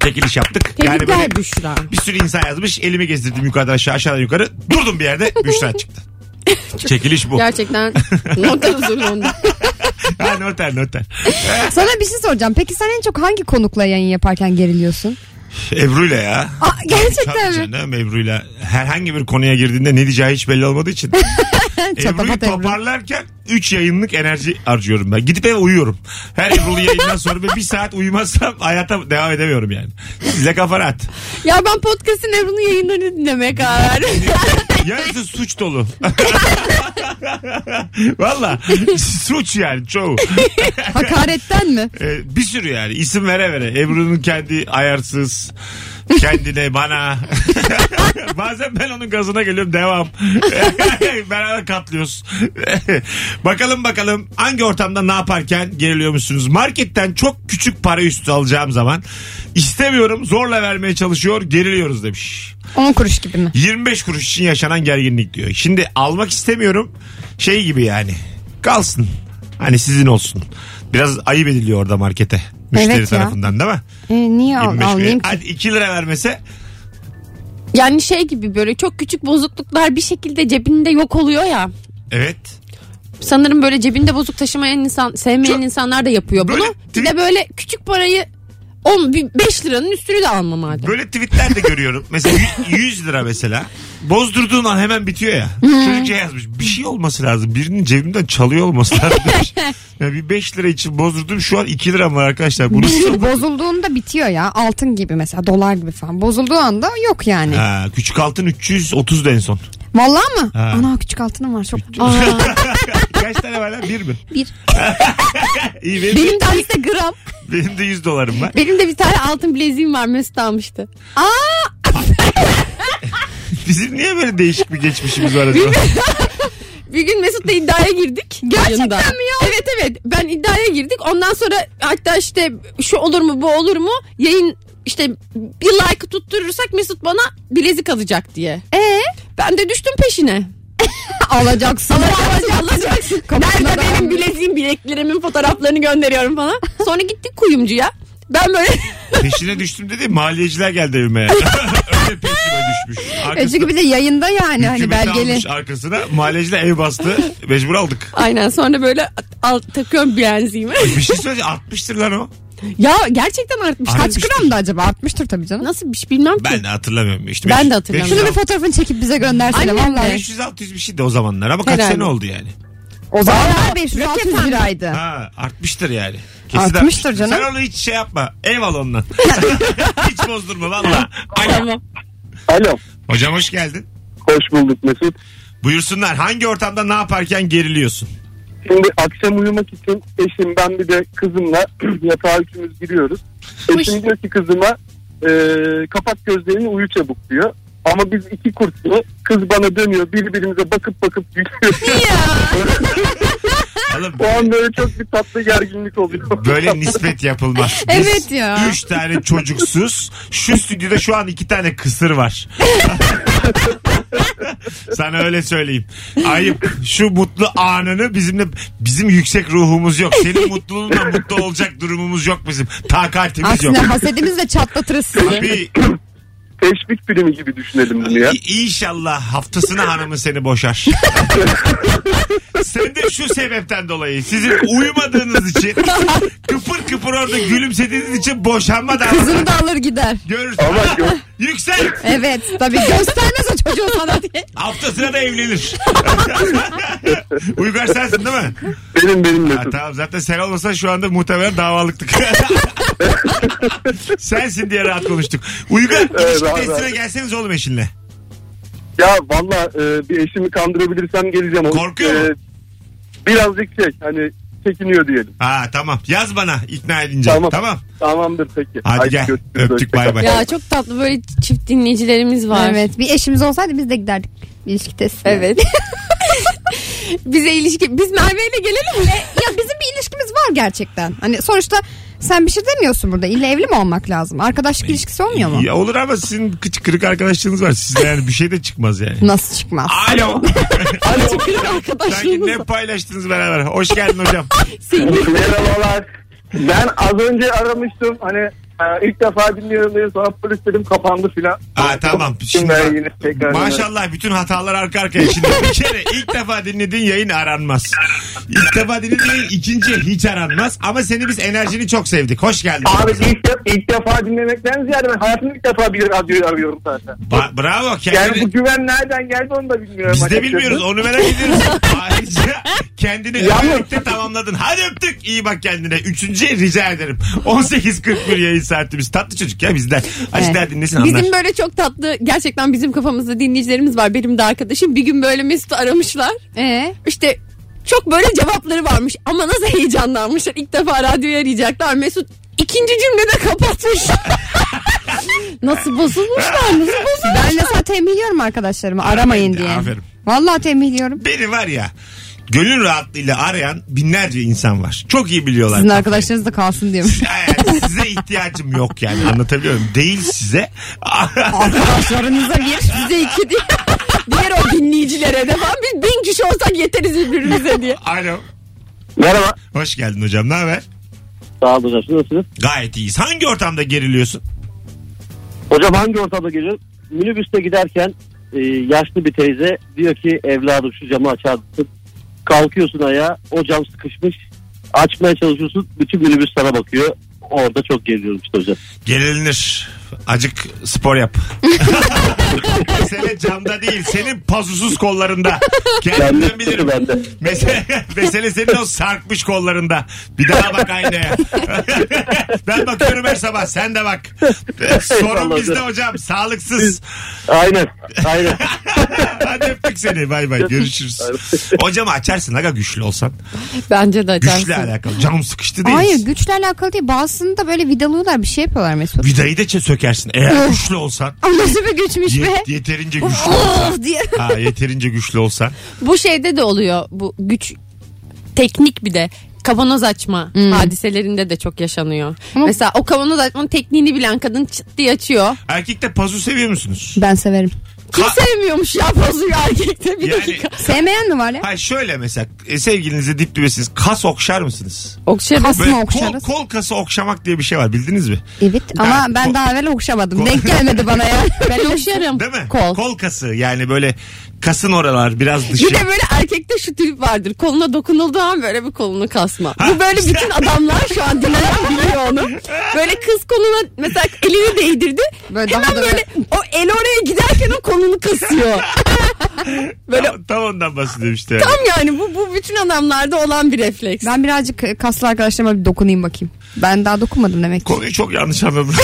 S2: Çekiliş yaptık.
S4: Tebrikler
S2: böyle
S4: Büşra.
S2: bir sürü insan yazmış. Elimi gezdirdim yukarıdan aşağı aşağıdan yukarı. Durdum bir yerde Büşra çıktı. Çekiliş bu.
S4: Gerçekten nokta huzurunda.
S2: ha, noter noter.
S3: Sana bir şey soracağım. Peki sen en çok hangi konukla yayın yaparken geriliyorsun?
S2: Ebru'yla ya.
S3: Aa,
S2: Tabii
S3: gerçekten mi?
S2: canım Ebru'yla herhangi bir konuya girdiğinde ne diyeceği hiç belli olmadığı için. Ebru'yu
S3: Çatapat Ebru.
S2: toparlarken 3 yayınlık enerji harcıyorum ben. Gidip eve uyuyorum. Her Ebru'lu yayından sonra ve bir saat uyumazsam hayata devam edemiyorum yani. Size kafa rahat.
S4: Ya ben podcast'in Ebru'nun yayınlarını dinlemeye karar verdim.
S2: Yarısı suç dolu. Valla suç yani çoğu.
S3: Hakaretten mi?
S2: Ee, bir sürü yani isim vere vere. Ebru'nun kendi ayarsız kendine bana. Bazen ben onun gazına geliyorum devam. Beraber katlıyoruz. bakalım bakalım hangi ortamda ne yaparken geriliyormuşsunuz. Marketten çok küçük para üstü alacağım zaman istemiyorum zorla vermeye çalışıyor geriliyoruz demiş.
S3: 10 kuruş gibi mi?
S2: 25 kuruş için yaşanan gerginlik diyor. Şimdi almak istemiyorum şey gibi yani kalsın hani sizin olsun. Biraz ayıp ediliyor orada markete müşteri
S3: Evet ya.
S2: tarafından değil mi?
S3: E, niye al,
S2: 25 kuruş.
S3: almayayım ki?
S2: Hadi 2 lira vermese
S4: Yani şey gibi böyle çok küçük bozukluklar bir şekilde cebinde yok oluyor ya.
S2: evet
S4: sanırım böyle cebinde bozuk taşımayan insan sevmeyen
S2: Çok-
S4: insanlar da yapıyor bunu.
S2: Böyle
S4: Bir
S2: tweet-
S4: de böyle küçük parayı 5 liranın üstünü de alma madem.
S2: Böyle tweetler de görüyorum. Mesela yü- 100 lira mesela. Bozdurduğun an hemen bitiyor ya. Çocukça yazmış. Bir şey olması lazım. Birinin cebimden çalıyor olması lazım. demiş. ya bir 5 lira için bozdurdum. Şu an 2 liram var arkadaşlar. Bunu
S3: Bozulduğunda bitiyor ya. Altın gibi mesela dolar gibi falan. Bozulduğu anda yok yani.
S2: Ha, küçük altın 330 da en son.
S3: Vallahi mı?
S2: Ha.
S3: Ana küçük altınım var çok.
S2: Kaç tane var lan? Bir mi?
S3: Bir.
S2: İyi benim,
S4: Benim de işte gram.
S2: benim de 100 dolarım var.
S4: Benim de bir tane altın bileziğim var Mesut almıştı.
S2: Bizim niye böyle değişik bir geçmişimiz var acaba?
S4: Bir gün Mesut'la iddiaya girdik. Gerçekten mi ya? Evet evet. Ben iddiaya girdik. Ondan sonra hatta işte şu olur mu bu olur mu? Yayın işte bir like tutturursak Mesut bana bilezik alacak diye. Ee? Ben de düştüm peşine.
S3: Alacaksın.
S4: alacaksın. alacaksın. Nerede benim bileziğim bileklerimin fotoğraflarını gönderiyorum falan. Sonra gittik kuyumcuya. Ben böyle
S2: Peşine düştüm dedi. Maliyeciler geldi evime. yani. Öyle peşime düşmüş.
S3: E çünkü bir de yayında yani hani
S2: Hükümeti
S3: belgeli.
S2: almış arkasına. Maliyeciler ev bastı. Mecbur aldık.
S4: aynen sonra böyle al, takıyorum bileziğimi.
S2: Bir şey söyleyeceğim. 60'tır lan o.
S4: ya gerçekten artmış.
S3: Kaç gram
S2: şey.
S3: da acaba? Artmıştır tabii canım.
S4: Nasıl bir şey bilmem ki.
S2: Ben de hatırlamıyorum. İşte
S4: Ben
S2: 500,
S4: de hatırlamıyorum.
S3: Şunu bir fotoğrafını çekip bize göndersene
S4: Annem de.
S3: vallahi.
S2: 500 600 bir şey de o zamanlar ama kaç
S4: Herhalde.
S2: sene oldu yani?
S3: O zamanlar 500 600
S4: rakam.
S3: liraydı.
S2: Ha artmıştır yani. Kesin
S3: Artmıştır canım.
S2: Sen onu hiç şey yapma. Ev al ondan. hiç bozdurma valla. Alo.
S4: Tamam.
S5: Alo.
S2: Hocam hoş geldin.
S5: Hoş bulduk Mesut.
S2: Buyursunlar. Hangi ortamda ne yaparken geriliyorsun?
S5: Şimdi akşam uyumak için eşim ben bir de kızımla yatağa üçümüz giriyoruz. Eşim diyor ki kızıma e, kapat gözlerini uyu çabuk diyor. Ama biz iki kurtlu kız bana dönüyor birbirimize bakıp bakıp gülüyoruz.
S2: Oğlum,
S5: o an böyle çok bir tatlı gerginlik oluyor.
S2: böyle nispet yapılmaz. Biz
S3: Evet ya.
S2: Üç tane çocuksuz. Şu stüdyoda şu an iki tane kısır var. Sana öyle söyleyeyim. Ayıp. Şu mutlu anını bizimle bizim yüksek ruhumuz yok. Senin mutluluğunla mutlu olacak durumumuz yok bizim. Takatimiz yok.
S3: Aksine hasedimizle çatlatırız sizi.
S2: Abi
S5: Teşvik filmi gibi düşünelim bunu ya.
S2: i- inşallah haftasına hanımın seni boşar. Sen de şu sebepten dolayı sizin uyumadığınız için kıpır kıpır orada gülümsediğiniz için boşanma davası
S3: Kızını da alır gider.
S2: görürsün.
S5: Ama gö-
S2: Yüksel.
S3: Evet tabii göstermez o çocuğu sana diye.
S2: Haftasına da evlenir. Uygar sensin değil mi?
S5: benim benim
S2: Ha,
S5: Mesut.
S2: tamam zaten sen olmasan şu anda muhtemelen davalıktık. sensin diye rahat konuştuk. Uygar ilişki
S5: rahat,
S2: testine
S5: rahat.
S2: gelseniz oğlum eşinle.
S5: Ya valla e, bir eşimi kandırabilirsem geleceğim. Onun, e,
S2: Korkuyor mu?
S5: birazcık şey hani çekiniyor diyelim.
S2: Ha tamam yaz bana ikna edince. Tamam.
S5: Tamam. Tamamdır peki.
S2: Hadi
S5: Haydi
S2: gel
S5: görüşürüz.
S2: öptük bay bay.
S4: Ya çok tatlı böyle çift dinleyicilerimiz var.
S3: Evet bir eşimiz olsaydı biz de giderdik ilişki testine.
S4: Evet. Bize ilişki biz Merve'yle gelelim mi?
S3: Ya bizim bir ilişkimiz var gerçekten. Hani sonuçta sen bir şey demiyorsun burada. İlle evli mi olmak lazım? Arkadaşlık ilişkisi olmuyor mu?
S2: Ya olur ama sizin kıç kırık arkadaşlığınız var. Sizde yani bir şey de çıkmaz yani.
S3: Nasıl çıkmaz?
S2: Alo. Sanki
S4: Arkadaşlarımız
S2: ne paylaştınız beraber. Hoş geldin hocam.
S5: Merhabalar. Ben az önce aramıştım. Hani e, ilk defa dinliyorum diye sonra polis dedim kapandı filan.
S2: Ha tamam. Şimdi
S5: ben yine tekrar
S2: Maşallah bütün hatalar arka arkaya. Şimdi bir kere ilk defa dinlediğin yayın aranmaz. İlk defa dinlediğin yayın ikinci hiç aranmaz. Ama seni biz enerjini çok sevdik. Hoş geldin.
S5: Abi ilk, de- ilk defa dinlemekten ziyade ben hayatımda ilk defa bir radyoyu arıyorum zaten.
S2: Ba- bravo.
S5: Yani
S2: Kendini...
S5: bu güven nereden geldi onu da bilmiyorum.
S2: Biz de
S5: açıkçası.
S2: bilmiyoruz onu merak ediyoruz. Ayrıca kendini
S5: Yalnız-
S2: öptükte tamamladın. Hadi öptük iyi bak kendine. Üçüncü rica ederim. 18.41 yayın saatimiz. Tatlı çocuk ya bizden. Azıcık daha dinlesin anlar.
S4: Bizim böyle çok tatlı gerçekten bizim kafamızda dinleyicilerimiz var benim de arkadaşım. Bir gün böyle Mesut'u aramışlar.
S3: Ee?
S4: İşte çok böyle cevapları varmış ama nasıl heyecanlanmışlar. İlk defa radyoyu arayacaklar. Mesut ikinci cümlede kapatmış. nasıl bozulmuşlar nasıl bozulmuşlar.
S3: Ben mesela tembihliyorum arkadaşlarımı aramayın diye.
S2: Aferin.
S3: Vallahi tembihliyorum.
S2: Beni var ya gönül rahatlığıyla arayan binlerce insan var. Çok iyi biliyorlar.
S3: Sizin
S2: kafayı.
S3: arkadaşlarınız da kalsın diyorum.
S2: Yani size ihtiyacım yok yani anlatabiliyorum. Değil size.
S3: Arkadaşlarınıza bir size iki diye.
S4: Diğer o dinleyicilere de falan biz bin kişi olsak yeteriz birbirimize diye.
S2: Alo.
S5: Merhaba.
S2: Hoş geldin hocam ne haber?
S5: Sağ olun hocam. Siz Nasılsınız?
S2: Gayet iyiyiz. Hangi ortamda geriliyorsun?
S5: Hocam hangi ortamda geliyor? Minibüste giderken e, yaşlı bir teyze diyor ki evladım şu camı açar mısın? Kalkıyorsun ayağa o cam sıkışmış. Açmaya çalışıyorsun bütün minibüs sana bakıyor. Orada çok geliyorum işte hocam.
S2: Gerilinir. Acık spor yap. Mesele camda değil. Senin pazusuz kollarında.
S5: Ben de
S2: Kendimden bilirim.
S5: sıkıntı bende.
S2: Mesele, mesele senin o sarkmış kollarında. Bir daha bak aynaya. ben bakıyorum her sabah. Sen de bak. Sorun
S5: Eyvallah
S2: bizde
S5: hocam.
S2: hocam. Sağlıksız.
S5: Aynen. Aynen.
S2: Hadi öptük seni. Bay bay. Görüşürüz. Hocam açarsın. Aga güçlü olsan.
S4: Bence de açarsın.
S2: Güçle alakalı. Cam sıkıştı değil.
S3: Hayır güçle alakalı değil. Bazısını da böyle vidalıyorlar bir şey yapıyorlar Mesut.
S2: Vidayı da çe- sökersin. Eğer güçlü olsan.
S3: Ama nasıl bir güçmüş
S2: ye-
S3: be.
S2: yeterince güçlü olsan.
S3: Oh diye.
S2: Ha, yeterince güçlü olsan.
S4: Bu şeyde de oluyor bu güç teknik bir de kavanoz açma hadiselerinde de çok yaşanıyor. Mesela o kavanoz açmanın tekniğini bilen kadın çıt diye açıyor.
S2: Erkekte pazu seviyor musunuz?
S3: Ben severim.
S4: Kim
S2: Ka-
S4: sevmiyormuş ya bozuyor erkekte bir
S2: Yani-
S4: dakika.
S3: Sevmeyen mi var ya?
S2: Ha şöyle mesela e, sevgilinizi dip dibesiniz. Kas okşar mısınız?
S4: Okşarız.
S3: Kas
S2: Böyle
S3: mı
S2: kol,
S3: okşarız?
S2: kol kası okşamak diye bir şey var bildiniz mi?
S3: Evet ama
S2: Ha,
S3: ben
S2: kol-
S3: daha evvel okşamadım.
S2: Kol-
S3: Denk gelmedi bana ya.
S4: Ben okşarım.
S2: Değil mi?
S3: Kol.
S2: kası yani böyle kasın oralar biraz dışı.
S4: Bir de böyle erkekte şu tip vardır. Koluna dokunulduğu an böyle bir kolunu kasma. Bu böyle bütün adamlar şu an dinleyen biliyor onu. Böyle kız koluna mesela elini değdirdi.
S3: Böyle
S4: hemen
S3: daha da
S4: böyle, o el oraya giderken o kolunu kasıyor. böyle
S2: Tam, tam ondan bahsediyorum işte.
S4: tam yani bu, bu bütün adamlarda olan bir refleks.
S3: Ben birazcık e, kaslı arkadaşlarıma bir dokunayım bakayım. Ben daha dokunmadım demek ki.
S2: Konuyu çok yanlış anladım.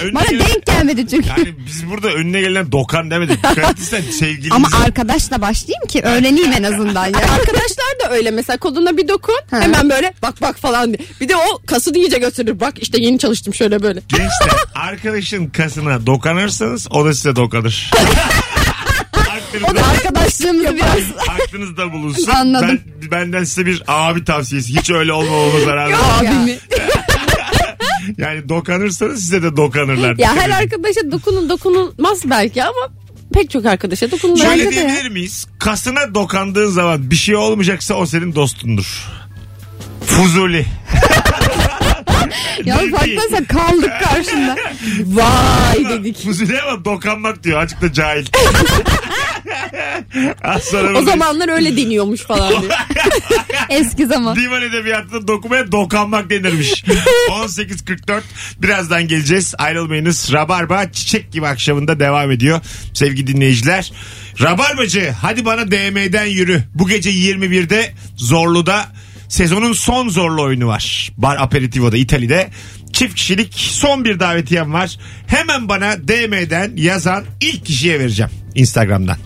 S2: Önüne
S3: Bana
S2: gelen-
S3: denk gelmedi çünkü.
S2: Yani biz burada önüne gelen dokan demedik. Dikkat etsen sevgilinize.
S3: Ama arkadaşla başlayayım ki öğreneyim en azından ya.
S4: Arkadaşlar da öyle mesela koluna bir dokun
S3: Ha.
S4: hemen böyle bak bak falan diye. Bir de o kası iyice götürür bak işte yeni çalıştım şöyle böyle.
S2: Gençler arkadaşın kasına dokanırsanız o da size dokanır.
S3: O da
S2: Aklınızda,
S3: arkadaşlığımızı biraz
S2: aklınızda bulunsun.
S3: Anladım.
S2: Ben, benden size bir abi tavsiyesi. Hiç öyle olmamamız lazım.
S4: Abimi.
S2: Yani dokanırsanız size de dokanırlar.
S4: Ya her arkadaşa dokunun dokunulmaz belki ama pek çok arkadaşa dokunulmaz.
S2: Şöyle diyebilir miyiz? Kasına dokandığın zaman bir şey olmayacaksa o senin dostundur. Fuzuli.
S3: Ya
S2: Değil.
S3: zaten sen kaldık karşında.
S4: Vay dedik.
S2: Fuzuli ama dokanmak diyor. Azıcık da cahil. Az sonra
S4: O
S2: buradayız.
S4: zamanlar öyle deniyormuş falan diye.
S3: Eski zaman.
S2: Divan Edebiyatı'nda dokumaya dokanmak denirmiş. 18.44 birazdan geleceğiz. Ayrılmayınız. Rabarba çiçek gibi akşamında devam ediyor. Sevgili dinleyiciler. Rabarbacı hadi bana DM'den yürü. Bu gece 21'de Zorlu'da sezonun son Zorlu oyunu var. Bar Aperitivo'da İtalya'da. Çift kişilik son bir davetiyem var. Hemen bana DM'den yazan ilk kişiye vereceğim. Instagram'dan.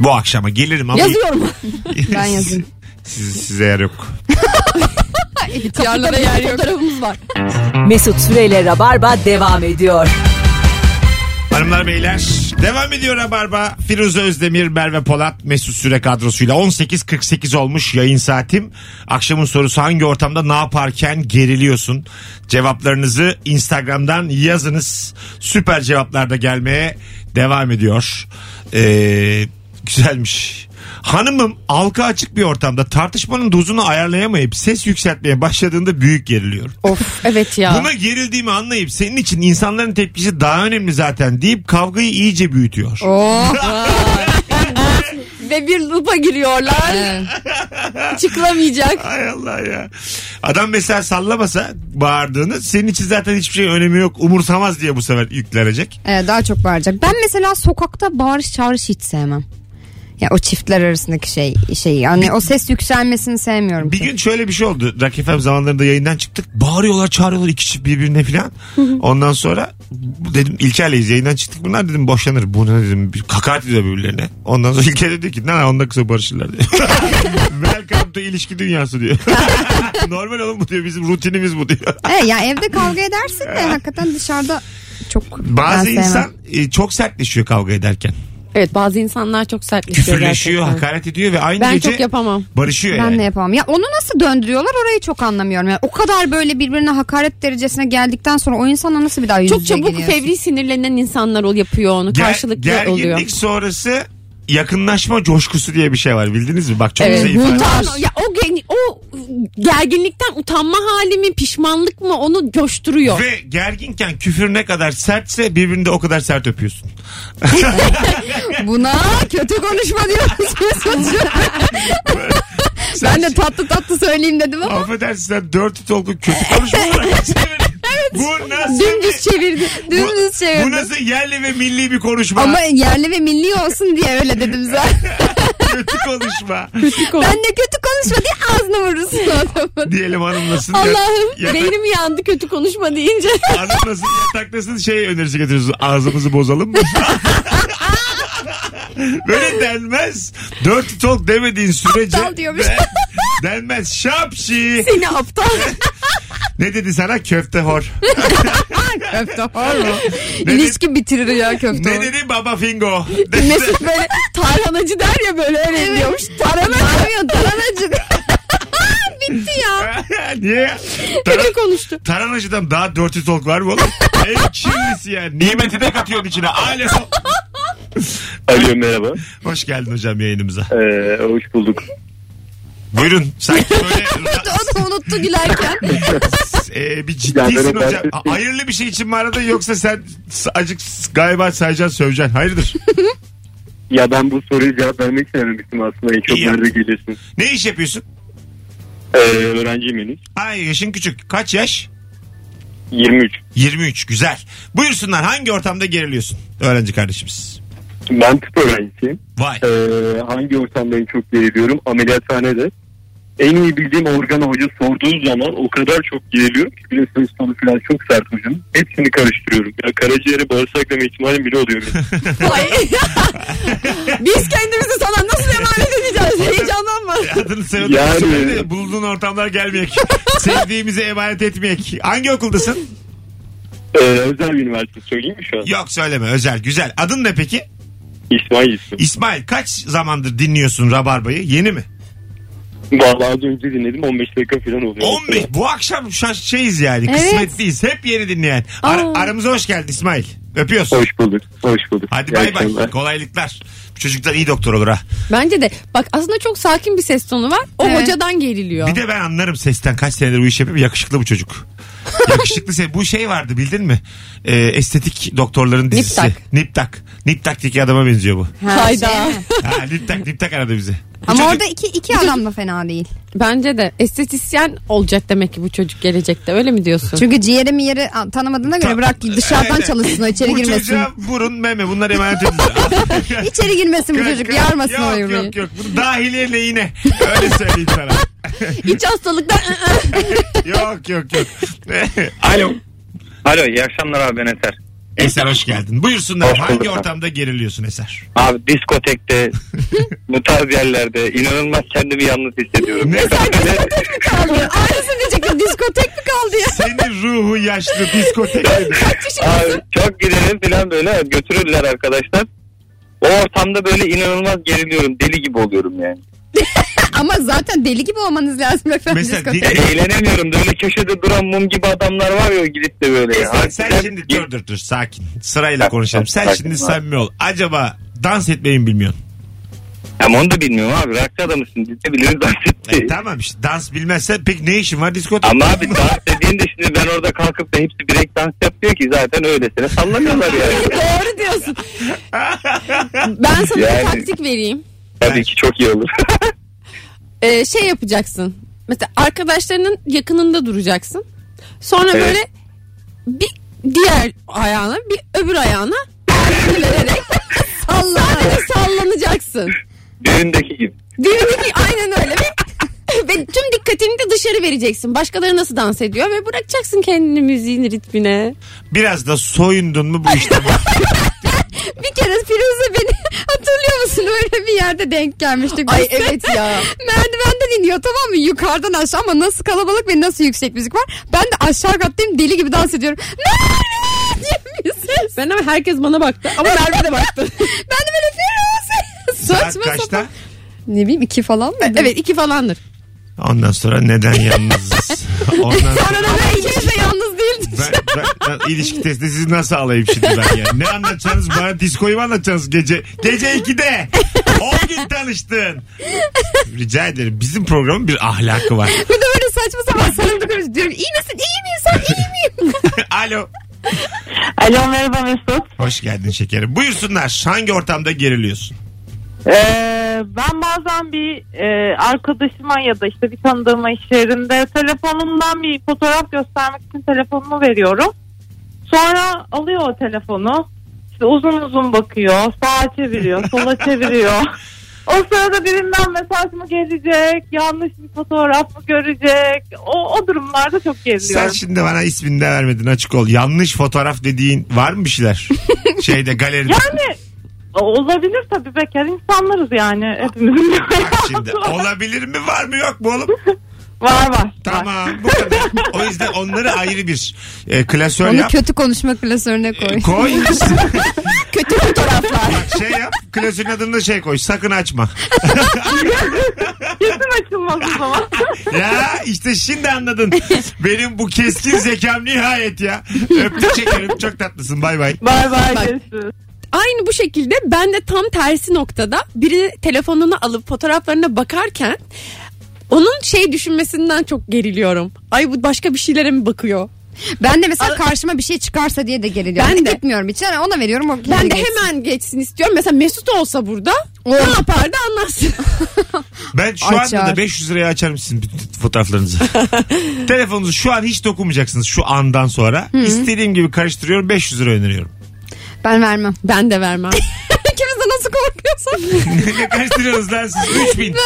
S2: Bu akşama gelirim ama...
S4: Yazıyorum.
S3: Ben yazayım.
S2: Siz- size yer yok.
S4: Yarlara yer yok. Fotoğrafımız var.
S1: Mesut Süreyle Rabarba devam ediyor.
S2: Hanımlar beyler devam ediyor Rabarba. Firuze Özdemir, Merve Polat, Mesut Süre kadrosuyla 18.48 olmuş yayın saatim. Akşamın sorusu hangi ortamda ne yaparken geriliyorsun? Cevaplarınızı Instagram'dan yazınız. Süper cevaplar da gelmeye devam ediyor. Ee, güzelmiş. Hanımım halka açık bir ortamda tartışmanın dozunu ayarlayamayıp ses yükseltmeye başladığında büyük geriliyorum.
S4: Of evet ya.
S2: Buna gerildiğimi anlayıp senin için insanların tepkisi daha önemli zaten deyip kavgayı iyice büyütüyor.
S4: Ve bir lupa giriyorlar. Çıkılamayacak.
S2: Ay Allah ya. Adam mesela sallamasa bağırdığını senin için zaten hiçbir şey önemi yok umursamaz diye bu sefer yüklenecek.
S3: Evet, Ee, daha çok bağıracak. Ben mesela sokakta bağırış çağrış hiç sevmem. Ya o çiftler arasındaki şey şey yani o ses yükselmesini sevmiyorum.
S2: Bir
S3: ki.
S2: gün şöyle bir şey oldu. Rock FM zamanlarında yayından çıktık. Bağırıyorlar çağırıyorlar iki çift birbirine filan. Ondan sonra dedim İlker'leyiz yayından çıktık. Bunlar dedim boşanır. Bu ne dedim bir kakaat ediyor birbirlerine. Ondan sonra İlker dedi ki ne onda kısa barışırlar diyor. Welcome to ilişki dünyası diyor. Normal oğlum bu diyor. Bizim rutinimiz bu diyor.
S3: Evet, Ee, ya evde kavga edersin de hakikaten dışarıda çok
S2: Bazı
S3: ben sevmem.
S2: insan e, çok sertleşiyor kavga ederken.
S4: Evet bazı insanlar çok sertleşiyor
S2: Küfürleşiyor,
S4: gerçekten.
S2: hakaret ediyor ve aynı
S4: Ben
S2: gece
S4: çok yapamam.
S2: barışıyor
S3: Ben
S2: yani.
S3: de yapamam. Ya onu nasıl döndürüyorlar orayı çok anlamıyorum. Yani o kadar böyle birbirine hakaret derecesine geldikten sonra o insanla nasıl bir daha yüz
S4: Çok
S3: yüze
S4: çabuk
S3: geliyorsun?
S4: fevri sinirlenen insanlar ol yapıyor onu.
S2: Ger-
S4: Karşılıklı
S2: gerginlik
S4: oluyor.
S2: sonrası yakınlaşma coşkusu diye bir şey var bildiniz mi? Bak çok
S4: Evet,
S2: güzel ifade.
S4: Tamam, ya o gen o gerginlikten utanma hali mi pişmanlık mı onu coşturuyor.
S2: Ve gerginken küfür ne kadar sertse birbirini de o kadar sert öpüyorsun.
S3: Buna kötü konuşma diyoruz Mesut'cum. ben
S2: şey-
S3: de tatlı tatlı söyleyeyim dedim ama.
S2: Affedersin sen dirty talk'un kötü konuşma olarak çevirdin. Bu nasıl
S3: Dümdüz
S2: bir-
S3: çevirdi.
S2: bu,
S3: Dümdüz çevirdi.
S2: bu nasıl yerli ve milli bir konuşma?
S3: Ama yerli ve milli olsun diye öyle dedim zaten.
S2: Kötü konuşma.
S3: ben de kötü konuşma diye ağzına vurursun adamın.
S2: Diyelim hanımlasın.
S4: Allah'ım
S2: Ya-
S4: beynim yandı kötü konuşma deyince.
S2: Hanımlasın yataklasın şey önerisi getiriyorsunuz. Ağzımızı bozalım mı? Böyle denmez. Dirty talk demediğin sürece.
S3: Aptal diyormuş.
S2: Den- denmez. Şapşi.
S4: Seni aptal.
S2: Ne dedi sana? Köfte hor.
S3: Köfte var mı?
S2: Ne-
S3: İlişki bitirir ya köfte
S2: Ne
S3: var.
S2: dedi? Baba fingo.
S4: Mesut böyle tarhanacı der ya böyle öyle diyormuş. Tarhana.
S3: Aramıyor taranacık. Bitti ya.
S2: Niye?
S4: Kötü
S2: Tara-
S4: konuştu.
S2: taranacıdan daha dirty talk var mı oğlum? en kirlisi yani. Nimeti de katıyorsun içine. Alo.
S5: Alo merhaba.
S2: Hoş geldin hocam yayınımıza.
S5: Ee, hoş bulduk.
S2: Buyurun. Sanki böyle
S3: O da unuttu gülerken.
S2: e, bir
S5: Ya
S2: ciddisin
S5: böyle
S2: hocam.
S5: ben-
S2: A- Hayırlı bir şey için mi aradın yoksa sen s- acık s- galiba sayacaksın söveceksin. Hayırdır?
S5: Ya ben bu soruyu cevap vermek istememiştim aslında. En çok
S2: İyi yaptın.
S5: nerede geliyorsun?
S2: ne iş yapıyorsun?
S5: Ee, öğrenciyim henüz.
S2: Ay yaşın küçük. Kaç yaş?
S5: 23.
S2: 23. Güzel. Buyursunlar hangi ortamda geriliyorsun? Öğrenci kardeşimiz.
S5: Ben tıp öğrencisiyim.
S2: Vay.
S5: Ee, hangi ortamda en çok geriliyorum? Ameliyathanede. En iyi bildiğim organa hoca sorduğu zaman o kadar çok geriliyorum ki bile ses tonu falan çok sert hocam. Hepsini karıştırıyorum. Ya karaciğeri bağırsak deme ihtimalim bile oluyor. benim.
S4: Ay. Biz kendimizi sana nasıl emanet edeceğiz? Heyecanlanma.
S2: Adını soyadını
S5: Yani-
S2: söyle. Bulduğun ortamlar gelmeyek. Sevdiğimize emanet etmeyek. Hangi okuldasın?
S5: ee, özel bir üniversite söyleyeyim mi şu an?
S2: Yok söyleme özel güzel. Adın ne peki?
S5: İsmail isim.
S2: İsmail kaç zamandır dinliyorsun Rabarba'yı? Yeni mi?
S5: Vallahi az önce dinledim 15 dakika falan oluyor.
S2: 15. Bu akşam şa- şeyiz yani.
S3: Evet.
S2: Kısmetliyiz. Hep yeni dinleyen. Ar-
S4: Aa.
S2: aramıza hoş geldin İsmail. Öpüyoruz.
S5: Hoş bulduk. Hoş bulduk.
S2: Hadi
S5: İyi
S2: bay bay.
S5: akşamlar.
S2: Kolaylıklar. Bu çocuklar iyi doktor olur ha.
S4: Bence de. Bak aslında çok sakin bir ses tonu var. O
S3: Evet.
S4: hocadan geriliyor.
S2: Bir de ben anlarım sesten kaç senedir bu iş yapıyorum. Yakışıklı bu çocuk. Yakışıklı se- Bu şey vardı bildin mi? Ee, estetik doktorların dizisi.
S4: Niptak.
S2: Niptak. Niptak'taki adama benziyor bu.
S4: Hayda.
S2: Ha, şey. Niptak. Niptak aradı bizi. Bu
S3: Ama
S2: çocuk-
S3: orada iki, iki adam da fena değil.
S4: Bence de estetisyen olacak demek ki bu çocuk gelecekte öyle mi diyorsun?
S3: Çünkü ciğeri mi yeri a, tanımadığına göre bırak dışarıdan
S2: Evet.
S3: çalışsın o içeri
S2: bu
S3: girmesin.
S2: çocuğa burun meme bunlar emanet edilir.
S3: İçeri girmesin bu
S2: Kırk,
S3: çocuk
S2: kırk.
S3: yarmasın o
S2: yok,
S3: yuvayı.
S2: yok yok Bu dahiliye lehine. Öyle söyleyeyim sana.
S4: İç hastalıktan
S2: yok yok yok. Alo.
S9: Alo iyi akşamlar abi ben Eser.
S2: Eser hoş geldin. Buyursunlar.
S9: Hoş bulduk.
S2: Hangi ortamda geriliyorsun Eser?
S9: Abi diskotekte bu tarz yerlerde inanılmaz kendimi yalnız hissediyorum.
S2: Ne?
S4: kaldı. Aynısını diyecektim. Diskotek mi kaldı ya?
S2: Senin ruhu yaşlı diskotek.
S9: E, Abi çok gidelim falan böyle götürürler arkadaşlar. O ortamda böyle inanılmaz geriliyorum. Deli gibi oluyorum yani.
S3: Ama zaten deli gibi olmanız lazım efendim.
S2: Mesela
S3: diskotek.
S9: E,
S2: di-
S9: eğlenemiyorum. Böyle köşede duran mum gibi adamlar var ya gidip de böyle. ya.
S2: Eser sen şimdi dur dur dur sakin. Sırayla konuşalım. Sen
S9: Sakin
S2: şimdi
S9: abi.
S2: samimi ol. Acaba dans etmeyi mi bilmiyorsun?
S9: Ama onu da bilmiyorum abi. Rakı adamısın. Biz de biliriz dans etmeyi.
S2: E, tamam işte dans bilmezsen peki ne işin var diskotek?
S9: Ama abi dans dediğin de şimdi ben orada kalkıp da hepsi break dans yapıyor ki zaten öylesine sallamıyorlar yani.
S4: Doğru diyorsun. Ben sana bir
S9: Yani-
S4: taktik vereyim.
S9: Tabii ki çok iyi olur.
S4: Ee, şey yapacaksın. Mesela arkadaşlarının yakınında duracaksın. Sonra
S9: Evet.
S4: böyle bir diğer ayağına bir öbür ayağına vererek sadece sallanacaksın.
S9: Düğündeki gibi.
S4: Düğündeki aynen öyle ve, ve tüm dikkatini de dışarı vereceksin. Başkaları nasıl dans ediyor ve bırakacaksın kendini müziğin ritmine.
S2: Biraz da soyundun mu bu işte?
S3: Bir kere Firuze beni hatırlıyor musun? Öyle bir yerde denk gelmiştik.
S4: Ay
S3: Biz de-
S4: evet ya.
S3: Merdivenden iniyor tamam mı? Yukarıdan aşağı ama nasıl kalabalık ve nasıl yüksek müzik var. Ben de aşağı kattayım deli gibi dans ediyorum. Merve diye bir ses.
S4: Ben ama herkes bana baktı ama Merve de baktı.
S3: Ben de böyle Firuze.
S2: Saat
S3: Saçma sapan.
S2: kaçta?
S3: Ne bileyim iki falan mı?
S4: evet iki falandır.
S2: Ondan sonra neden yalnızız? Ondan sonra
S3: Ama ikimiz de yalnız değildik.
S2: ben, ben, ben ilişki testi sizi nasıl alayım şimdi ben ya? Ne anlatacaksınız bana? Diskoyu mu anlatacaksınız gece? Gece 2'de. 10 gün tanıştın. Rica ederim. Bizim programın bir ahlakı var.
S3: Bir de böyle saçma sapan sarıldı karıştı. Diyorum iyi misin? İyi miyim sen? İyi miyim?
S2: Alo.
S8: Alo merhaba Mesut.
S2: Hoş geldin şekerim. Buyursunlar. Hangi ortamda geriliyorsun?
S8: Ee, ben bazen bir e, arkadaşıma ya da işte bir tanıdığıma iş yerinde telefonumdan bir fotoğraf göstermek için telefonumu veriyorum. Sonra alıyor o telefonu. İşte uzun uzun bakıyor. Sağa çeviriyor. Sola çeviriyor. O sırada birinden mesaj mı gelecek? Yanlış bir fotoğraf mı görecek? O, o durumlarda çok
S2: Sen
S8: geriliyorum.
S2: şimdi bana ismini de vermedin açık ol. Yanlış fotoğraf dediğin var mı bir şeyler? Şeyde galeride.
S8: Yani olabilir tabii bekar insanlarız yani hepimizin.
S2: Bak şimdi olabilir mi var mı yok mu oğlum?
S8: var var. var.
S2: Tamam bu kadar. O yüzden onları ayrı bir e, klasör
S3: Onu
S2: yap.
S3: kötü konuşma klasörüne koy.
S2: Koy.
S4: Kötü fotoğraflar.
S2: Bak şey yap. Klasörün adını da şey koy. Sakın açma.
S8: Kesin açılmaz o zaman.
S2: Ya işte şimdi anladın. Benim bu keskin zekam nihayet ya. Öptük şekerim. Çok tatlısın. Bay bay.
S8: Bay bay
S4: Bak.
S8: görüşürüz.
S4: Aynı bu şekilde ben de tam tersi noktada birini telefonunu alıp fotoğraflarına bakarken onun şey düşünmesinden çok geriliyorum. Ay bu başka bir şeylere mi bakıyor?
S3: Ben de mesela karşıma bir şey çıkarsa diye de geriliyorum.
S4: Ben
S3: Ben
S4: de.
S3: de. Gitmiyorum hiç. Yani ona veriyorum. O
S4: Ben de
S3: geçsin.
S4: hemen geçsin istiyorum. Mesela Mesut olsa burada ne yapardı anlarsın.
S2: Ben şu anda
S3: Açar.
S2: da 500 liraya açar mısın bütün fotoğraflarınızı? Telefonunuzu şu an hiç dokunmayacaksınız şu andan sonra. İstediğim gibi karıştırıyorum 500 lira öneriyorum.
S3: Ben vermem.
S4: ben de vermem.
S3: İkimiz de nasıl korkuyorsak.
S2: ne karıştırıyorsunuz lan siz? 3000.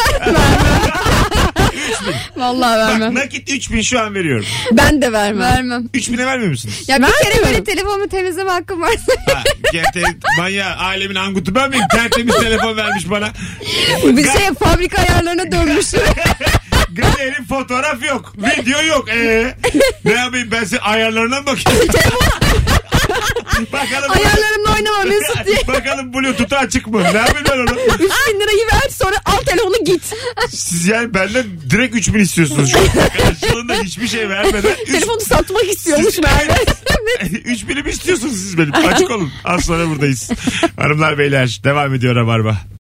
S3: Vallahi
S2: Bak
S3: vermem.
S2: nakit 3000 şu an veriyorum.
S4: Ben de vermem.
S3: Vermem.
S2: 3000'e vermiyor musunuz?
S3: Ya bir kere
S4: Vermiyorum.
S3: böyle telefonumu temizleme hakkım varsa
S2: Ha, gerte, manyağı alemin angutu ben miyim? Tertemiz telefon vermiş bana.
S3: bir şey fabrika ayarlarına dönmüş.
S2: Galeri fotoğraf yok. Video yok. Ee, ne yapayım ben senin ayarlarına mı bakayım? Bakalım.
S3: Ayarlarımla oynama Mesut diye.
S2: Bakalım Bluetooth'u açık mı? Ne yapayım ben onu?
S4: 3 bin lirayı ver sonra al telefonu git.
S2: Siz yani benden direkt 3000 istiyorsunuz şu an. Karşılığında hiçbir şey vermeden.
S4: telefonu satmak istiyormuş Merve.
S2: 3000'i mi istiyorsunuz siz benim? Açık olun. Az sonra buradayız. Hanımlar beyler devam ediyor Rabarba.